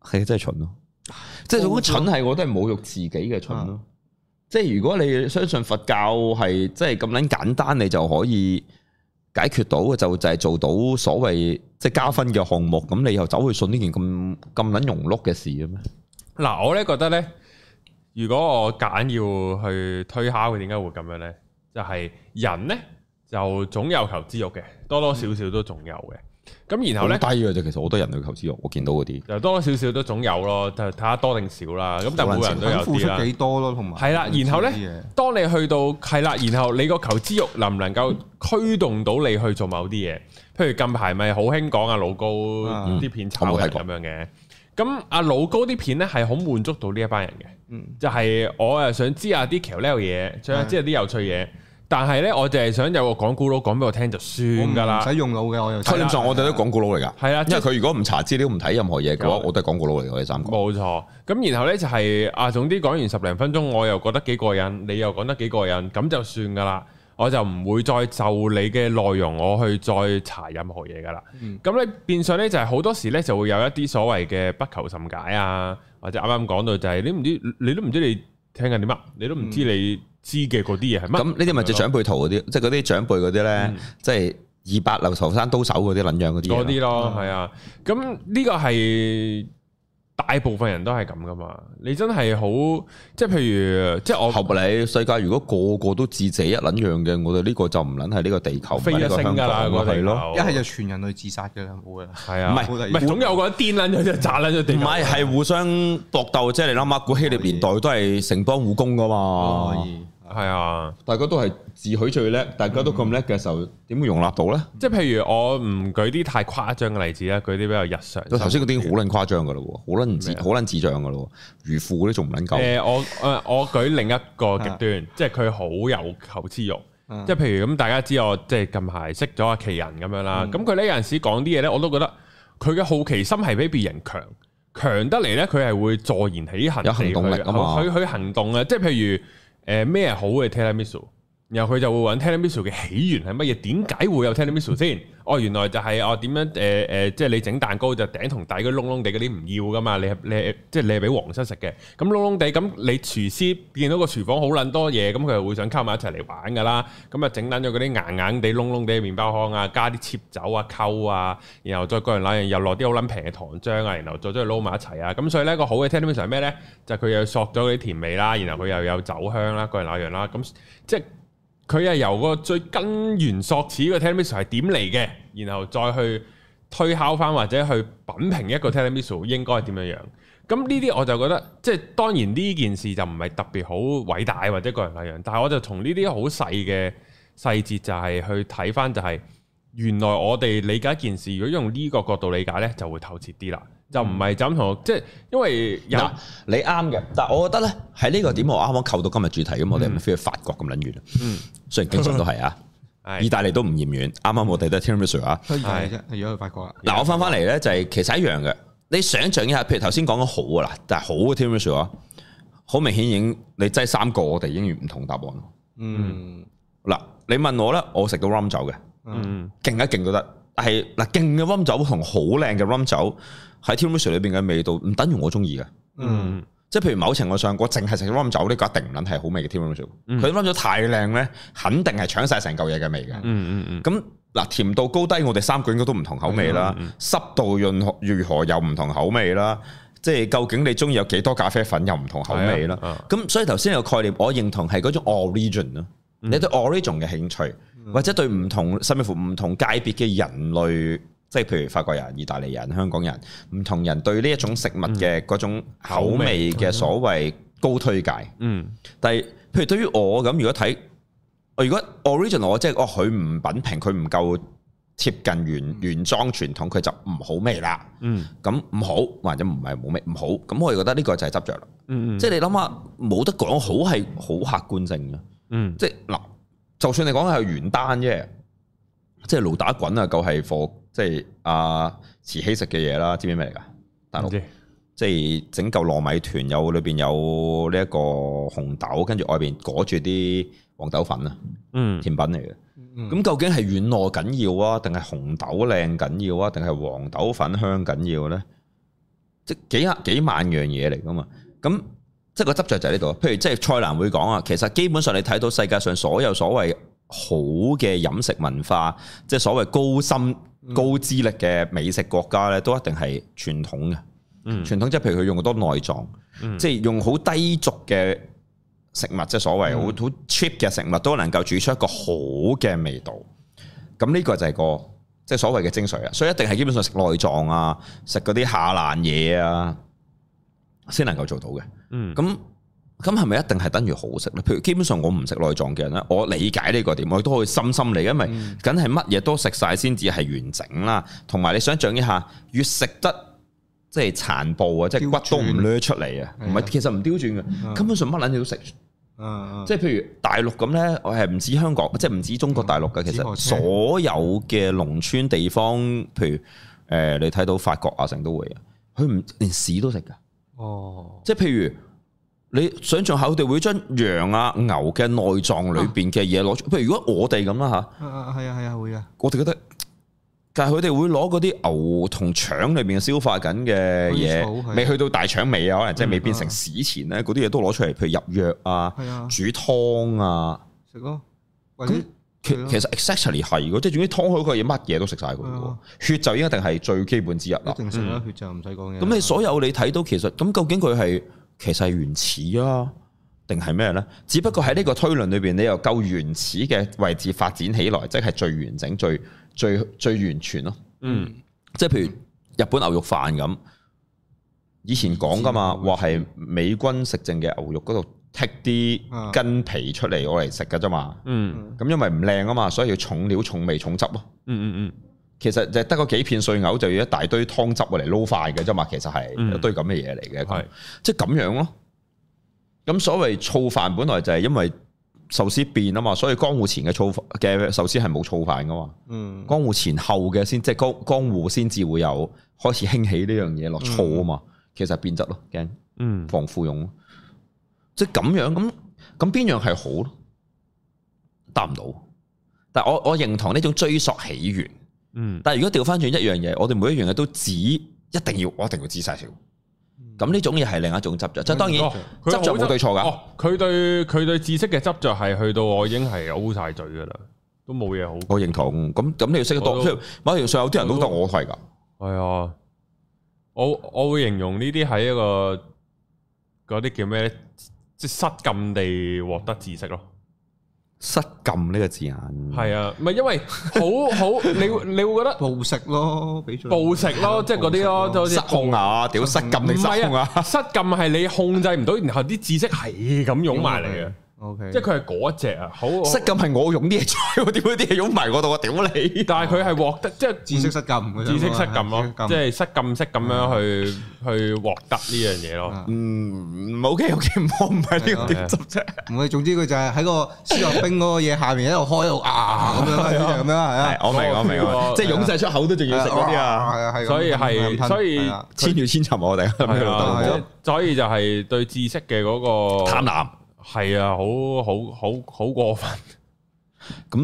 Speaker 3: 係真係蠢咯。即係嗰種蠢係我覺得係啊侮辱自己嘅蠢咯。即係如果你相信佛教係即係咁撚簡單，你就可以解決到嘅，就就係做到所謂即係加分嘅項目。咁你又走去信呢件咁咁撚庸碌嘅事嘅咩？
Speaker 1: 嗱，我咧覺得咧，如果我揀要去推敲佢點解會咁樣咧，就係人咧就總有求知欲嘅，多多少少都總有嘅。咁然後咧
Speaker 3: 好低嘅啫，其實好多人去求知欲，我見到嗰啲。
Speaker 1: 就多多少少都總有咯，就睇下多定少啦。咁但係每人都有
Speaker 2: 肯付
Speaker 1: 啲
Speaker 2: 出
Speaker 1: 啦。
Speaker 2: 幾多咯，同埋
Speaker 1: 係啦，然後呢
Speaker 2: 呢啲嘢
Speaker 1: 當你去到係啦，然後你個求知欲能唔能夠驅動到你去做某啲嘢？譬如近排咪好興講阿老高
Speaker 2: 嗯
Speaker 1: 啲片炒
Speaker 3: 我冇
Speaker 1: 人
Speaker 3: 睇過
Speaker 1: 咁樣嘅，咁阿老高啲片咧係好滿足到呢一班人嘅。
Speaker 2: 嗯
Speaker 1: 就係我啊想知下啲橋呢嘢，想知下啲有趣嘢，但係咧我就係想有個講古佬講俾我聽就算
Speaker 2: 我
Speaker 1: 㗎
Speaker 2: 唔
Speaker 1: 啦，
Speaker 2: 使用腦嘅，我又
Speaker 3: 佢
Speaker 1: 啦
Speaker 3: 唔上我哋都廣告佬嚟㗎，
Speaker 1: 係啦，即
Speaker 3: 因為
Speaker 1: 係
Speaker 3: 佢如果唔查資料、唔睇任何嘢嘅話，
Speaker 1: 有
Speaker 3: 我都係廣告佬嚟嘅。我哋三個
Speaker 1: 冇錯。咁然後咧就係、啊，總之講完十零分鐘，我又覺得幾過癮，你又講得幾過癮，咁就算㗎啦。我就唔會再就你嘅內容我去再查任何嘢㗎啦。
Speaker 2: 嗯
Speaker 1: 咁咧、變相咧就係好多時咧就會有一啲所謂嘅不求甚解啊，或者啱啱講到就係你唔知你都唔知你聽緊啲乜，你都唔知你知嘅嗰啲嘢係乜。
Speaker 3: 咁呢啲咪就長輩圖嗰啲，即係嗰啲長輩嗰啲咧，即係二百嗯流頭山刀手嗰啲撚樣嗰啲
Speaker 1: 嗰
Speaker 3: 嘢咯。
Speaker 1: 啲咯，係啊。咁呢個係大大部分人都係咁噶嘛。你真係好，即係譬如，即係我
Speaker 3: 合理世界如果個個都自己一撚樣嘅，我哋呢個就唔撚係呢個地球，
Speaker 1: 飛
Speaker 3: 唔係
Speaker 1: 一
Speaker 3: 呢個
Speaker 1: 升
Speaker 3: 香
Speaker 1: 噶啦，
Speaker 3: 港
Speaker 1: 我
Speaker 3: 係
Speaker 1: 哋
Speaker 3: 咯，
Speaker 2: 一係就全人類自殺嘅啦，冇噶啦。
Speaker 1: 係啊，
Speaker 3: 唔
Speaker 1: 唔
Speaker 3: 係
Speaker 1: 係總有個人癲撚咗就炸撚咗地
Speaker 3: 唔
Speaker 1: 球
Speaker 3: 係係互相搏鬥，即係你諗下，古希臘年代都係城邦互攻噶
Speaker 2: 可
Speaker 3: 嘛，
Speaker 2: 以，
Speaker 1: 係啊。
Speaker 3: 哦大家都係自詡最叻，大家都咁叻嘅時候，點會容納到咧？
Speaker 1: 即係譬如我唔舉啲太誇張嘅例子啦，舉啲比較日常。
Speaker 3: 到頭先嗰啲好撚誇張噶咯，好撚唔智，好撚智障噶咯，漁夫嗰啲仲唔撚夠？
Speaker 1: 誒、我誒、我舉另一個極
Speaker 3: 啊
Speaker 1: 端，即係佢好有求知欲。
Speaker 2: 嗯
Speaker 1: 即係譬如咁，大家知我即係近排識咗阿奇人咁樣
Speaker 3: 嗯
Speaker 1: 啦。咁佢呢有陣時講啲嘢咧，我都覺得佢嘅好奇心係比別人強，強得嚟咧，佢係會坐言起行地
Speaker 3: 有
Speaker 1: 去，
Speaker 3: 行動力啊嘛
Speaker 1: 佢佢行動啊，即係譬如誒咩、好嘅 Telemisu，然後佢就會揾 Telemisu 嘅起源係乜嘢？點解會有 Telemisu 先？哦，原來就係、哦點樣誒誒、呃即係你整蛋糕就頂同底嗰啲窿窿地嗰啲唔要噶嘛，你係你係即係你係俾皇室食嘅。咁窿窿地咁，你廚師見到個廚房好撚多嘢，咁佢就會想溝埋一齊嚟玩噶啦。咁啊整撚咗嗰啲硬硬地窿窿地嘅麵包糠啊，加啲切酒啊、溝啊，然後再各樣那樣又落啲好撚平嘅糖漿啊，然後再將佢撈埋一齊啊。咁所以呢個好嘅 t e l e m i s i o n 係咩呢？就佢又索咗嗰啲甜味啦，然後佢又有酒香啦，各樣那樣啦。咁即係佢係由個最根源索始嘅 t e l e m i s i o n 係點嚟嘅，然後再去推敲翻或者去品評一個 t e l e m i s i o n 應該係點樣樣。咁呢啲我就覺得，即係當然呢件事就唔係特別好偉大或者個人那樣，但係我就從呢啲好細嘅細節就係去睇翻，就係原來我哋理解一件事，如果用呢個角度理解呢，就會透徹啲啦，就唔係就咁同我即係因為有
Speaker 3: 嗱，你啱嘅，但係我覺得咧喺呢個點，啊我啱啱扣到今日主題咁，我哋
Speaker 1: 嗯
Speaker 3: 唔飛去法國咁撚遠。嗯，雖然經常都係啊，意
Speaker 1: 係
Speaker 3: 大利都唔嫌遠。啱啱我哋都係 t e r m i s u 啊。
Speaker 2: 所以係啫。如果去法國啊啦，
Speaker 3: 嗱，我翻翻嚟咧就係其實一樣嘅。你想象一下，譬如頭先講嘅好㗎啦，但係好嘅 t e r m i s u 啊，好明顯已經你擠三個，我哋已經唔同答案。
Speaker 2: 嗯，
Speaker 3: 嗱，你問我咧，我食到 rum 酒嘅，
Speaker 1: 嗯
Speaker 3: 勁一勁都得。但係嗱，勁嘅 rum 酒同好靚嘅 rum 酒喺 t e r m i s u 裏邊嘅味道，唔等於我中意嘅。
Speaker 1: 嗯
Speaker 3: 即係譬如某程度上，我淨係食 rum 酒呢個一定唔撚係好味嘅 rum
Speaker 1: 嗯
Speaker 3: 佢 rum 酒太靚咧，肯定係搶晒成嚿嘢嘅味嘅。
Speaker 1: 嗯嗯
Speaker 3: 咁嗱，甜度高低我哋三個應該都唔同口味啦，濕度潤何如何又唔同口味啦。即係究竟你中意有幾多咖啡粉又唔同口味啦
Speaker 1: 係啊。
Speaker 3: 咁所以頭先有個概念，我認同係嗰種 origin 咯。你對 origin 嘅興趣，或者對唔同甚至乎唔同界別嘅人類，即係譬如法國人、意大利人、香港人，唔同人對呢一種食物嘅嗰種口味嘅所謂高推介。
Speaker 1: 嗯
Speaker 3: 但係，譬如對於我咁，如果睇，我如果 original，我即係哦，佢唔品評，佢唔夠貼近原原裝傳統，佢就唔好味啦。
Speaker 1: 嗯
Speaker 3: 咁唔好或者唔係冇味唔好，咁我哋覺得呢個就係執着啦。
Speaker 1: 嗯
Speaker 3: 即係你諗下，冇得講好係好客觀性嘅。
Speaker 1: 嗯
Speaker 3: 即係嗱，就算你講係原單啫，即係勞打滾啊，夠係貨，即係阿慈禧食嘅嘢啦，知唔知咩嚟㗎？大陸。即係整嚿糯米團，有裏邊有呢一個紅豆，跟住外邊裹住啲黃豆粉啊，
Speaker 1: 嗯
Speaker 3: 甜品嚟嘅。
Speaker 2: 咁
Speaker 3: 咁究竟係軟糯緊要啊，定係紅豆靚緊要啊，定係黃豆粉香緊要呢？即係幾啊幾萬樣嘢嚟噶嘛？咁即係個執着就喺呢度。譬如即係蔡瀾會講啊，其實基本上你睇到世界上所有所謂好嘅飲食文化，即係所謂高深
Speaker 1: 嗯
Speaker 3: 高資歷嘅美食國家呢，都一定係傳統嘅。
Speaker 1: 嗯
Speaker 3: 傳統即係譬如佢用好多內臟，
Speaker 1: 嗯
Speaker 3: 即係用好低俗嘅食物，即係所謂好好 cheap 嘅食物，都能夠煮出一個好嘅味道。咁呢個就係個即係所謂嘅精髓啊！所以一定係基本上食內臟啊，食嗰啲下爛嘢啊，先能夠做到嘅。
Speaker 1: 嗯
Speaker 3: 咁咁係咪一定係等於好食咧？譬如基本上我唔食內臟嘅人咧，我理解呢個點，我亦都可以深深理解，因為梗係乜嘢都食晒先至係完整啦。同埋你想象一下，越食得即係殘暴啊，即係骨都唔掠出嚟啊，
Speaker 2: 雕
Speaker 3: 唔
Speaker 2: 鑽
Speaker 3: 係其實唔刁鑽嘅，
Speaker 2: 嗯
Speaker 3: 根本上乜撚嘢都食。
Speaker 2: 嗯，
Speaker 3: 即係譬如大陸咁呢，我係唔止香港，即係唔止中國大陸嘅。
Speaker 2: 嗯
Speaker 3: 其
Speaker 2: 唔止
Speaker 3: 實
Speaker 2: 我知
Speaker 3: 所有嘅農村地方，譬如誒、呃你睇到法國啊，成都會啊，佢唔連屎都食㗎。
Speaker 2: 哦，
Speaker 3: 即係譬如你想象下，佢哋會將羊啊、牛嘅內臟裏邊嘅嘢攞出，譬如如果我哋咁啦嚇，
Speaker 2: 啊啊係啊係啊會啊，
Speaker 3: 我哋覺得，但係佢哋會攞嗰啲牛同腸裏邊消化緊嘅
Speaker 2: 嗰啲草
Speaker 3: 嘢，
Speaker 2: 係嗯
Speaker 3: 未去到大腸尾啊，可能即係未變成屎前咧，嗰
Speaker 2: 啊
Speaker 3: 啲嘢都攞出嚟，譬如入藥啊、
Speaker 2: 係啊
Speaker 3: 煮湯啊，
Speaker 2: 食咯，或者
Speaker 3: 其
Speaker 2: 係咯
Speaker 3: 其實 exactly 係嘅，即係總之劏開佢嘢，乜嘢都食晒佢嘅
Speaker 2: 係
Speaker 3: 喎
Speaker 2: 啊。
Speaker 3: 血就已經一定係最基本之一
Speaker 2: 一
Speaker 3: 啦。
Speaker 2: 定啊食啦，血就唔使講嘅。
Speaker 3: 咁你所有你睇到其實咁究竟佢係其實係原始啊，定係咩呢？只不過喺呢個推論裏邊，你又夠原始嘅位置發展起來，即係最完整、最最最完全咯。
Speaker 1: 嗯，
Speaker 3: 即係譬如日本牛肉飯咁，以前講噶嘛，
Speaker 2: 以前
Speaker 3: 話係美軍食剩嘅牛肉嗰度剔啲
Speaker 2: 啊
Speaker 3: 筋皮出嚟，我嚟食噶啫嘛。
Speaker 1: 嗯，
Speaker 3: 咁因為唔靚啊嘛，所以要重料、重味、重汁咯。
Speaker 1: 嗯嗯嗯，
Speaker 3: 其實就係得嗰幾片碎牛，就要一大堆湯汁嚟撈飯嘅啫嘛。其實係
Speaker 1: 嗯
Speaker 3: 一堆咁嘅嘢嚟嘅，咁
Speaker 1: 係
Speaker 3: 即係咁樣咯。咁所謂醋飯本來就係因為壽司變啊嘛，所以江戶前嘅醋嘅壽司係冇醋飯噶嘛。
Speaker 2: 嗯
Speaker 3: 江戶前後嘅先，即係江江戶先至會有開始興起呢樣嘢落醋啊嘛。其實係變質咯，驚
Speaker 1: 嗯
Speaker 3: 防腐用咯，即係咁樣咁咁邊樣係好咯？答唔到。但係我我認同呢種追溯起源。
Speaker 1: 嗯
Speaker 3: 但係如果調翻轉一樣嘢，我哋每一樣嘢都指一定要，我一定要知晒條。
Speaker 2: 嗯
Speaker 3: 咁呢種嘢係另一種執着，即係當然
Speaker 1: 哦佢
Speaker 3: 執着
Speaker 1: 好
Speaker 3: 冇對錯㗎
Speaker 1: 哦，佢對佢對知識嘅執着係去到我已經係 O 晒嘴噶啦，都冇嘢好。
Speaker 3: 我認同。咁咁你要識得
Speaker 1: 我
Speaker 3: 多，
Speaker 1: 都
Speaker 3: 即係某條上有啲人都覺得我係㗎。
Speaker 1: 係啊，我我会形容呢啲係一個嗰啲叫咩咧，即係失禁地獲得知識咯。
Speaker 3: 失禁呢個字眼係
Speaker 1: 係啊，唔係因為好好，你會你會覺得
Speaker 2: 暴食咯，俾咗
Speaker 1: 暴食咯，即係嗰啲咯，就好似
Speaker 3: 失控啊！屌失禁定
Speaker 1: 唔
Speaker 3: 失控
Speaker 1: 係
Speaker 3: 啊！
Speaker 1: 啊，失禁係你控制唔到，然後啲知識係咁湧埋嚟
Speaker 2: Ừ,
Speaker 1: 嘅，。
Speaker 2: O K，
Speaker 1: 即係佢係嗰一隻啊，好
Speaker 3: 失禁係我用啲嘢追，我屌啲嘢湧埋我度，我屌你！
Speaker 1: 但係佢係獲得即係嗯
Speaker 2: 知識失禁嘅啫嘛，
Speaker 1: 知識失禁
Speaker 2: 知識
Speaker 1: 咯
Speaker 2: 失禁，
Speaker 1: 即係失禁式咁樣去
Speaker 2: 嗯
Speaker 1: 去獲得呢樣嘢咯。
Speaker 3: 嗯，OK OK，我唔係呢個點執啫。
Speaker 2: 唔係，總之佢就係喺個思樂冰嗰個嘢下面一路開一路啊咁樣啦，就係咁樣係
Speaker 3: 係
Speaker 2: 啊，
Speaker 3: 我明我明我
Speaker 1: 係啊
Speaker 3: 明，即係湧晒出口都仲要食嗰啲啊！
Speaker 2: 係啊，係咁
Speaker 1: 所以
Speaker 2: 咁
Speaker 1: 係，
Speaker 2: 吞
Speaker 1: 所以
Speaker 2: 係啊
Speaker 3: 千與千尋啊我
Speaker 1: 係
Speaker 3: 哋
Speaker 2: 啊係
Speaker 1: 啊
Speaker 2: 啊，
Speaker 1: 所以就係對知識嘅嗰個
Speaker 3: 貪婪
Speaker 1: 係啊，好好好好過分，
Speaker 3: 咁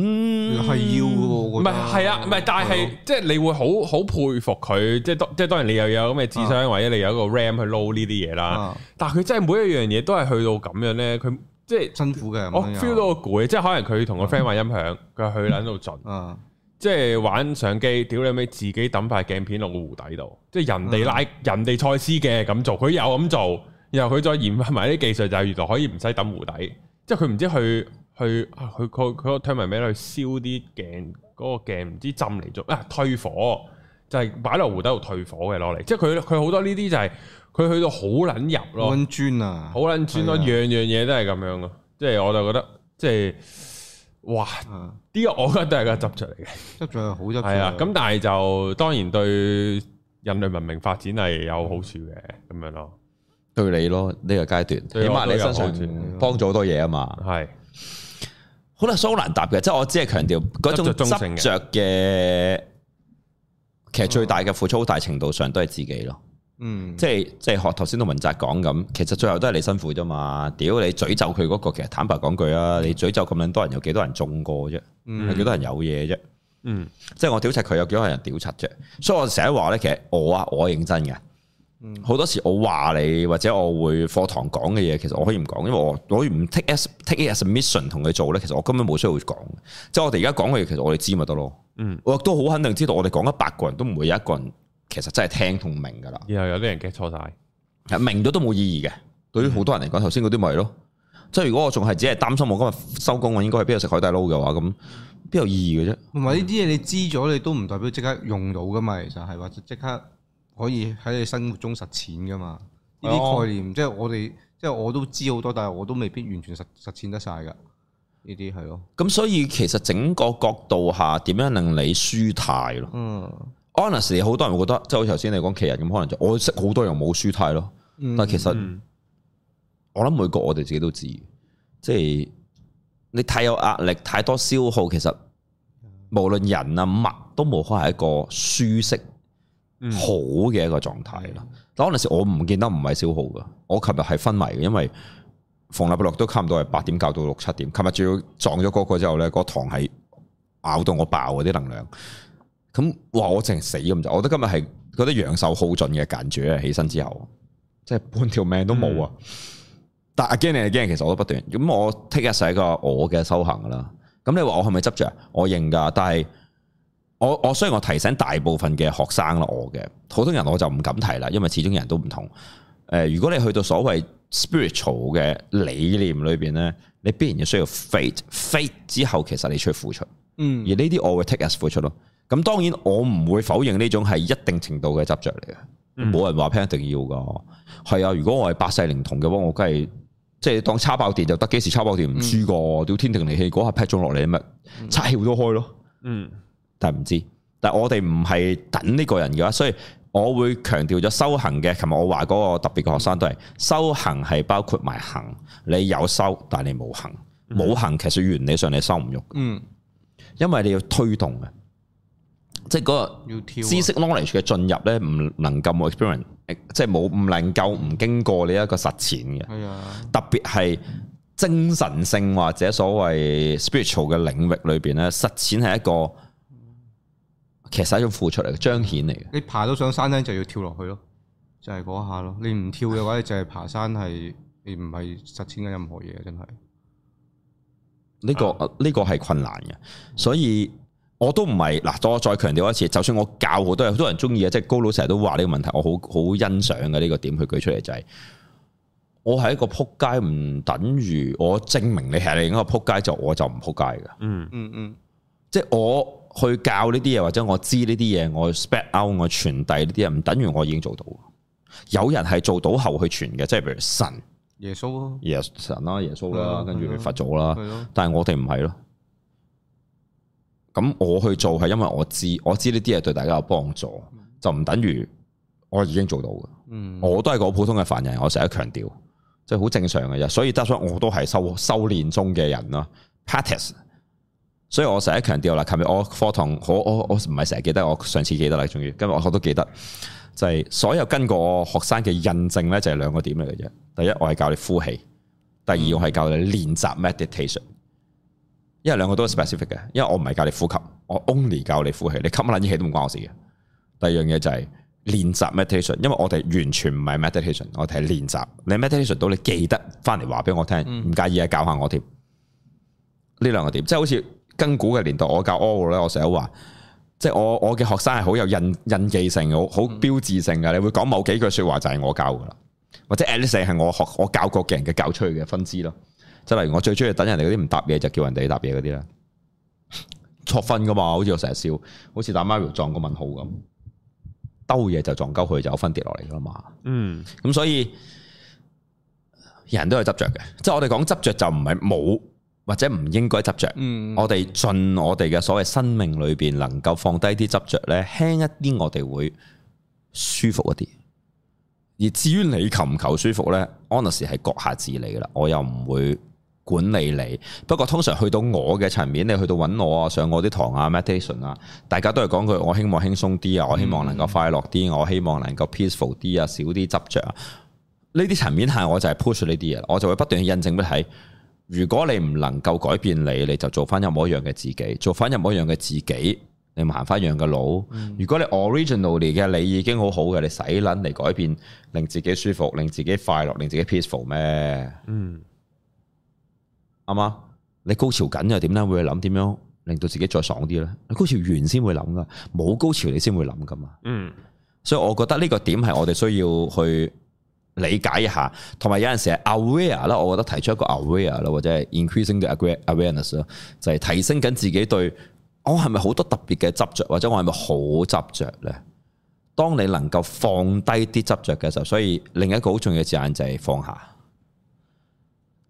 Speaker 2: 係要嘅喎，
Speaker 1: 唔
Speaker 2: 我覺
Speaker 1: 係
Speaker 2: 得
Speaker 1: 係啊，唔係，但係
Speaker 2: 嗯
Speaker 1: 即係你會好好佩服佢，即係當即係當然你又有咁嘅智商，或者你有一個 RAM 去撈呢啲嘢啦。
Speaker 2: 啊
Speaker 1: 但係佢真係每一樣嘢都係去到咁樣咧，佢即係
Speaker 2: 辛苦嘅，
Speaker 1: 我
Speaker 2: 咁樣
Speaker 1: feel 到個攰，即係可能佢同個 friend 玩音響，佢去撚到盡。
Speaker 2: 啊，
Speaker 1: 即係玩相機，屌你咪自己抌塊鏡片落個湖底度，即係人哋拉、人哋賽斯嘅咁做，佢又咁做，然後佢再研發埋啲技術，就係原來可以唔使抌湖底，即係佢唔知去去啊佢佢佢個 term 係咩咧？去燒啲鏡嗰個鏡唔知浸嚟做啊退火，就係擺落湖底度退火嘅攞嚟，即係佢佢好多呢啲就係、佢去到好撚入咯。
Speaker 2: 温磚啊，
Speaker 1: 好撚專咯，
Speaker 2: 係啊
Speaker 1: 樣樣嘢都係咁樣咯。即係我就覺得，即係哇，
Speaker 2: 啊，
Speaker 1: 呢個我覺得都係個執着嚟嘅，
Speaker 2: 執著係好執著，
Speaker 1: 係啊。咁但係就當然對人類文明發展係有好處嘅，咁樣咯，
Speaker 3: 對你咯，呢個階段，起
Speaker 1: 對我
Speaker 3: 碼
Speaker 1: 都有
Speaker 3: 你身
Speaker 1: 好
Speaker 3: 上
Speaker 1: 處
Speaker 3: 幫咗好多嘢啊嘛。
Speaker 1: 係
Speaker 3: 好啦，所以好難答嘅，即係我只係強調嗰種
Speaker 1: 執着中性
Speaker 3: 執
Speaker 1: 嘅
Speaker 3: 着嘅，其實最大嘅付出，好大程度上都係自己咯。
Speaker 2: 嗯，
Speaker 3: 即係即係學頭先同文澤講咁，其實最後都係你辛苦啫嘛。屌你詛咒佢嗰個，其實坦白講句啊，你詛咒咁撚多人，有幾多人中過啫？有幾多人有嘢啫？
Speaker 1: 嗯
Speaker 3: 即係我屌柒佢，有幾多人屌柒啫？所以我成日話咧，其實我啊，我認真嘅。好多時我話你或者我會課堂講嘅嘢，其實我可以唔講，因為我我可以唔 take as take it as a mission 同佢做咧。其實我根本冇需要講。即係我哋而家講嘅嘢，其實我哋知咪得咯。
Speaker 1: 嗯，
Speaker 3: 我亦都好肯定知道，我哋講一百個人都唔會有一個人其實真係聽同明噶啦。
Speaker 1: 然後有啲人 get 錯晒，
Speaker 3: 明咗都冇意義嘅。對於好多人嚟講，頭先嗰啲咪係咯。即係如果我仲係只係擔心我今日收工，我應該去邊度食海底撈嘅話，咁邊有意義嘅啫？
Speaker 2: 同埋呢啲嘢你知咗，你都唔代表即刻用到噶嘛，其實係或者即刻可以喺你生活中實踐噶嘛。呢
Speaker 3: 係啊
Speaker 2: 啲概念即係我哋，即係我都知好多，但係我都未必完全實實踐得晒噶。呢啲係咯，
Speaker 3: 咁所以其實整個角度下，點樣令你舒泰咯
Speaker 2: 嗯，
Speaker 3: ？Honestly，好多人會覺得，即係好似頭先你講奇人咁，可能就我識好多人冇舒泰咯。
Speaker 2: 嗯
Speaker 3: 但係其實、
Speaker 1: 嗯
Speaker 3: 我諗每個我哋自己都知，即係你太有壓力、太多消耗，其實無論人啊物都冇可能係一個舒適
Speaker 1: 嗯
Speaker 3: 好嘅一個狀態啦。但嗰陣時我唔見得唔係消耗噶，我琴日係昏迷嘅，因為逢禮拜六都差唔多係八點教到六七點。琴日仲要撞咗嗰個之後咧，嗰堂係咬到我爆嗰啲能量。咁哇！我淨係死咁就，我覺得今日係覺得陽壽耗盡嘅間住咧，起身之後，即係半條命都冇啊！但 again and again，其實我都不斷咁，我 take 一世個我嘅修行啦。咁你話我係咪執着？我認㗎，但係我我雖然我提醒大部分嘅學生啦，我嘅普通人我就唔敢提啦，因為始終人都唔同。誒、呃如果你去到所謂 spiritual 嘅理念裏邊咧，你必然要需要 faith，faith 之後其實你需要付出。而
Speaker 2: 嗯
Speaker 3: 呢啲我會 take as 付出咯。咁當然我唔會否認呢種係一定程度嘅執着嚟嘅，冇、人話聽一定要噶。係啊，如果我係百世靈童嘅話，我梗係即係當叉爆電就得，幾時叉爆電唔輸噶？屌、天庭離氣嗰下劈中落嚟咪叉竅都開咯。
Speaker 1: 嗯
Speaker 3: 但係唔知，但係我哋唔係等呢個人嘅話，所以我會強調咗修行嘅。琴日我話嗰個特別嘅學生都係修行係包括埋行，你有修但係你冇行，冇行其實原理上你收唔喐。
Speaker 2: 嗯，
Speaker 3: 因為你要推動嘅，即係嗰個
Speaker 2: 要跳啊
Speaker 3: 知識 knowledge 嘅進入咧，唔能夠冇 experience，即係冇唔能夠唔經過你一個實踐嘅。
Speaker 2: 係啊，
Speaker 3: 特別係精神性或者所謂 spiritual 嘅領域裏邊咧，實踐係一個其實係一種付出嚟嘅彰顯嚟嘅。
Speaker 2: 你爬到上山咧就要跳落去咯，就係嗰下咯。你唔跳嘅話，你就係爬山係你唔係實踐緊任何嘢，真係。
Speaker 3: 呢、個呢、個係困難嘅，所以我都唔係嗱，我再強調一次，就算我教好多人，好多人中意嘅，即係高佬成日都話呢個問題，我好好欣賞嘅呢、個點，佢舉出嚟就係、我係一個撲街，唔等於我證明你係另一個撲街，就我就唔撲街嘅。
Speaker 1: 嗯
Speaker 2: 嗯嗯
Speaker 3: 即係我去教呢啲嘢，或者我知呢啲嘢，我 spread out，我傳遞呢啲嘢，唔等於我已經做到。有人係做到後去傳嘅，即係譬如神、
Speaker 2: 耶穌咯，
Speaker 3: 耶神啦、耶穌啦，
Speaker 2: 嗯
Speaker 3: 跟
Speaker 2: 係
Speaker 3: 住
Speaker 2: 咯
Speaker 3: 佛祖啦。
Speaker 2: 係咯，
Speaker 3: 但係我哋唔係咯。咁我去做係因為我知，我知呢啲嘢對大家有幫助，就唔等於我已經做到嘅。
Speaker 2: 嗯，
Speaker 3: 我都係個普通嘅凡人，我成日都強調，即係好正常嘅啫。所以得所以我都係修修練中嘅人啦，practice。所以我成日都強調啦，琴日我課堂我我我唔係成日記得，我上次記得啦，終於今日我都記得，就係、所有跟過我學生嘅印證呢，就係兩個點嚟嘅啫。第一，我係教你呼氣；第二，我係教你練習 meditation。因為兩個都 specific 嘅，因為我唔係教你呼吸，我 only 教你呼氣，你吸乜撚嘢氣都唔關我事嘅。第二樣嘢就係練習 meditation，因為我哋完全唔係 meditation，我哋係練習。你 meditation 到你記得翻嚟話俾我聽，唔介意啊，教下我添。呢兩個點，即係好似根古嘅年代，我教 oral 咧，我成日都話，即係我我嘅學生係好有印印記性嘅，好好標誌性嘅。你會講某幾句説話就係我教噶啦，或者 at least 係我學我教過嘅人嘅教出去嘅分支咯。即係例如我最中意等人哋嗰啲唔答嘢就叫人哋答嘢嗰啲啦，錯分噶嘛，好似我成日笑，好似打 Mario 撞個問號咁，兜嘢就撞鳩佢就有分跌落嚟噶啦嘛。
Speaker 1: 嗯
Speaker 3: 咁所以人都有執着嘅，即係我哋講執着就唔係冇或者唔應該執着。
Speaker 2: 嗯，
Speaker 3: 我哋盡我哋嘅所謂生命裏邊能夠放低啲執着呢，輕一啲我哋會舒服一啲。而至於你求唔求舒服呢 h o n e s t 係閣下自理噶啦，我又唔會管理你。不過通常去到我嘅層面，你去到揾我啊，上我啲堂啊，meditation 啊，大家都係講句我希望輕鬆啲啊，我希望能夠快樂啲，我希望能夠 peaceful 啲啊，少啲執着啊。呢啲層面下，我就係 push 呢啲嘢，我就會不斷去印證俾你睇。如果你唔能夠改變你，你就做翻一模一樣嘅自己，做翻一模一樣嘅自己，你咪行翻一樣嘅路。如果你 originally 嘅你已經好好嘅，你使撚嚟改變，令自己舒服，令自己快樂，令自己 peaceful 咩？
Speaker 1: 嗯
Speaker 3: 啱嘛？你高潮緊又點咧？會諗點樣令到自己再爽啲呢？你高潮完先會諗噶，冇高潮你先會諗噶嘛。
Speaker 1: 嗯
Speaker 3: 所以我覺得呢個點係我哋需要去理解一下，同埋有陣時係 aware 啦，我覺得提出一個 aware 啦，或者係 increasing the aware- awareness 咯，就係提升緊自己對我係咪好多特別嘅執着，或者我係咪好執着呢？當你能夠放低啲執着嘅時候，所以另一個好重要嘅字眼就係放下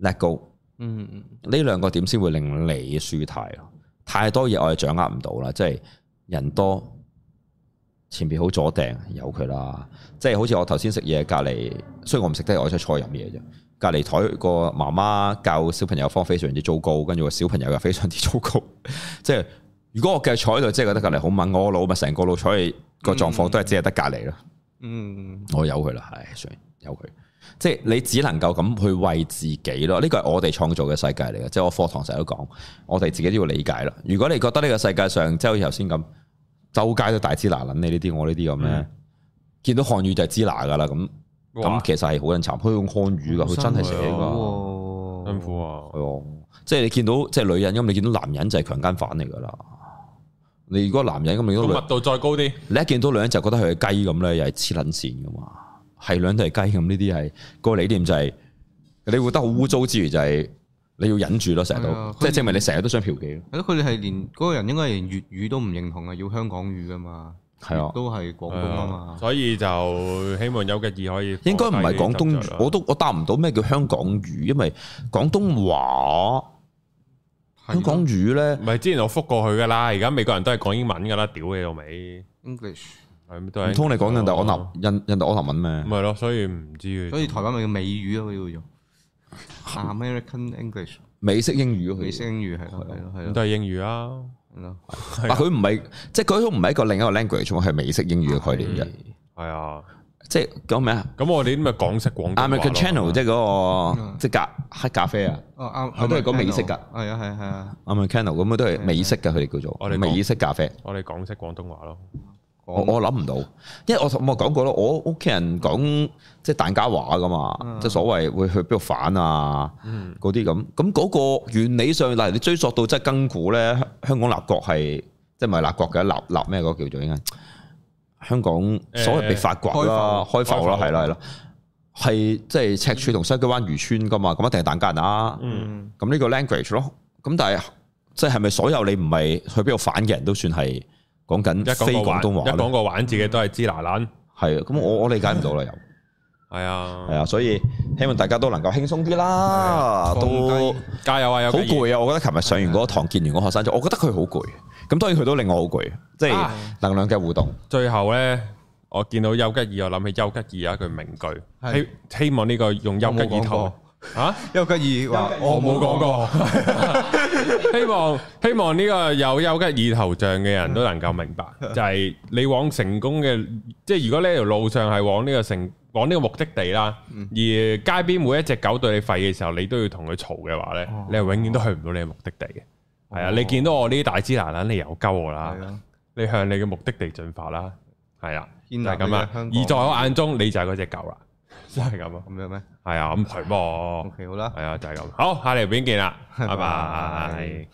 Speaker 3: ，let go。
Speaker 2: 嗯嗯
Speaker 3: 呢兩個點先會令你舒泰咯。太多嘢我哋掌握唔到啦，即係人多，前邊好阻掟，由佢啦。即係好似我頭先食嘢隔離，雖然我唔食得，我出菜飲嘢啫。隔離台個媽媽教小朋友方非常之糟糕，跟住個小朋友又非常之糟糕。 即係如果我繼續坐喺度，即係覺得隔離好猛，我個腦咪成個腦坐喺個狀況都係只係得隔離咯。
Speaker 2: 嗯，
Speaker 3: 我由佢啦，唉，算由佢。即係你只能夠咁去為自己咯，呢個係我哋創造嘅世界嚟嘅。即係我課堂成日都講，我哋自己都要理解啦。如果你覺得呢個世界上即係好似頭先咁，周街都大支拿撚你呢啲，我呢啲咁
Speaker 1: 嗯
Speaker 3: 咧，見到漢語就係支拿噶啦，咁
Speaker 1: 哇
Speaker 3: 咁其實係好撚慘。佢用漢語噶，佢真係寫
Speaker 1: 啊辛苦
Speaker 3: 噶，
Speaker 1: 辛苦啊，
Speaker 3: 係喎即係你見到即係女人咁，你見到男人就係強奸犯嚟㗎啦。你如果男人咁，你見到
Speaker 1: 個
Speaker 3: 女
Speaker 1: 密度再高啲，
Speaker 3: 你一見到女人就覺得佢係雞咁咧，又係黐撚線噶嘛，係女人都係雞咁，呢啲係個理念就係、你活得好污糟之餘就係、你要忍住咯，成日
Speaker 2: 係啊
Speaker 3: 都，即係證明你成日都想嫖妓咯，
Speaker 2: 係咯，佢哋係連嗰個人應該係連粵語都唔認同啊，要香港語噶嘛，
Speaker 3: 係啊，
Speaker 2: 都係廣東啊嘛。
Speaker 1: 所以就希望有嘅意可以
Speaker 3: 應該唔係
Speaker 1: 放
Speaker 3: 廣
Speaker 1: 低啲
Speaker 3: 東
Speaker 1: 執著啊
Speaker 3: 語
Speaker 1: 啦，
Speaker 3: 我都我答唔到咩叫香港語，因為廣東話
Speaker 2: 係
Speaker 3: 香港語咧
Speaker 1: 唔係之前我覆過佢噶啦，而家美國人都係講英文噶啦，屌你老味，
Speaker 2: English，
Speaker 1: 係都
Speaker 3: 唔
Speaker 1: 係
Speaker 3: 通你講印度安南印印度安南文
Speaker 1: 唔
Speaker 3: 咩？
Speaker 1: 係咯，所以唔知
Speaker 2: 所以台灣咪叫美語咯，佢叫做 American English，
Speaker 3: 美式英語咯
Speaker 2: 美
Speaker 3: 佢
Speaker 2: 式英語係咯係咯
Speaker 1: 咁
Speaker 2: 係
Speaker 1: 都
Speaker 2: 咯
Speaker 1: 係英語啊。
Speaker 2: 係咯。
Speaker 3: 但佢唔係即係佢都唔係一個另一個 language 嘛，係美式英語嘅概念嘅，
Speaker 1: 係啊，
Speaker 3: 即係講咩啊？
Speaker 1: 咁我哋啲咪港式廣東話咯
Speaker 3: American Channel 即係嗰個
Speaker 2: 嗯
Speaker 3: 即係咖黑咖啡啊
Speaker 2: 哦啱，
Speaker 3: 佢都係講美式㗎
Speaker 2: 係啊係啊係啊，
Speaker 3: ，American 咁啊都係美式嘅，佢哋叫
Speaker 1: 嗯我
Speaker 3: 做
Speaker 1: 哋講嗯
Speaker 3: 美式咖啡。
Speaker 1: 我哋港式廣東話咯，
Speaker 3: 我我諗唔到，因為我我講過咯，我屋企人講即係疍家話噶
Speaker 1: 嗯
Speaker 3: 嘛，即係所謂會去邊度反啊嗰啲咁。咁嗰個原理上，例如你追溯到即係根古咧，香香港立國係即係唔係立國嘅立立咩嗰個叫做應該香港所謂被發掘啦、
Speaker 1: 開
Speaker 3: 開
Speaker 1: 埠
Speaker 3: 埠啦，
Speaker 1: 開埠
Speaker 3: 係啦係啦，係即係赤柱同西區灣漁村噶嘛，咁一定係疍家人啦。
Speaker 2: 嗯
Speaker 3: 咁呢個 language 咯。咁但係即係咪所有你唔係去邊度反嘅人都算係講緊
Speaker 1: 一講
Speaker 3: 非
Speaker 1: 個
Speaker 3: 嗯廣
Speaker 1: 玩，一
Speaker 3: 東話
Speaker 1: 講
Speaker 3: 咧？
Speaker 1: 個玩自己都係支拿撚，
Speaker 3: 係啊，咁我我理解唔到啦，
Speaker 1: 嗯
Speaker 3: 又
Speaker 1: 係啊，
Speaker 3: 係啊，所以希望大家都能夠輕鬆啲啦，
Speaker 2: 放
Speaker 3: 都
Speaker 2: 低
Speaker 1: 加油啊啊！有
Speaker 3: 好
Speaker 1: 嘅嘢
Speaker 3: 攰啊！我覺得琴日上完嗰個堂見完嗰個學生之後，我覺得佢好攰。咁當然佢都令我好攰，即係
Speaker 1: 啊
Speaker 3: 能量嘅互動。
Speaker 1: 最後咧，我見到丘吉爾，我諗起丘吉爾有一句啊名句，
Speaker 2: 係
Speaker 1: 希希望呢個用丘吉爾頭啊，
Speaker 2: 丘吉爾話我冇講過，
Speaker 1: 過， 希望希望呢個有丘吉爾頭像嘅人都能夠明 白，就係你往成功嘅，即係如果呢條路上係往呢個成往呢個目的地啦，
Speaker 2: 嗯
Speaker 1: 而街邊每一隻狗對你吠嘅時候，你都要同佢嘈嘅話咧，
Speaker 2: 哦
Speaker 1: 你係永遠都去唔到你嘅目的地嘅。係啊，你見到我呢啲大支男人，你有鳩我啦
Speaker 2: 係。啊，
Speaker 1: 你向你嘅目的地進發啦，係啦，就
Speaker 2: 建立
Speaker 1: 係咁啊啦。
Speaker 2: 嗯你嘅香港
Speaker 1: 而在我眼中，你就係嗰只狗啦， 就係咁啊，
Speaker 2: 咁樣咩
Speaker 1: 係啊，咁佢噃，
Speaker 2: ？OK 好啦。
Speaker 1: 係啊，就係咁。好，下條片見啦，拜拜。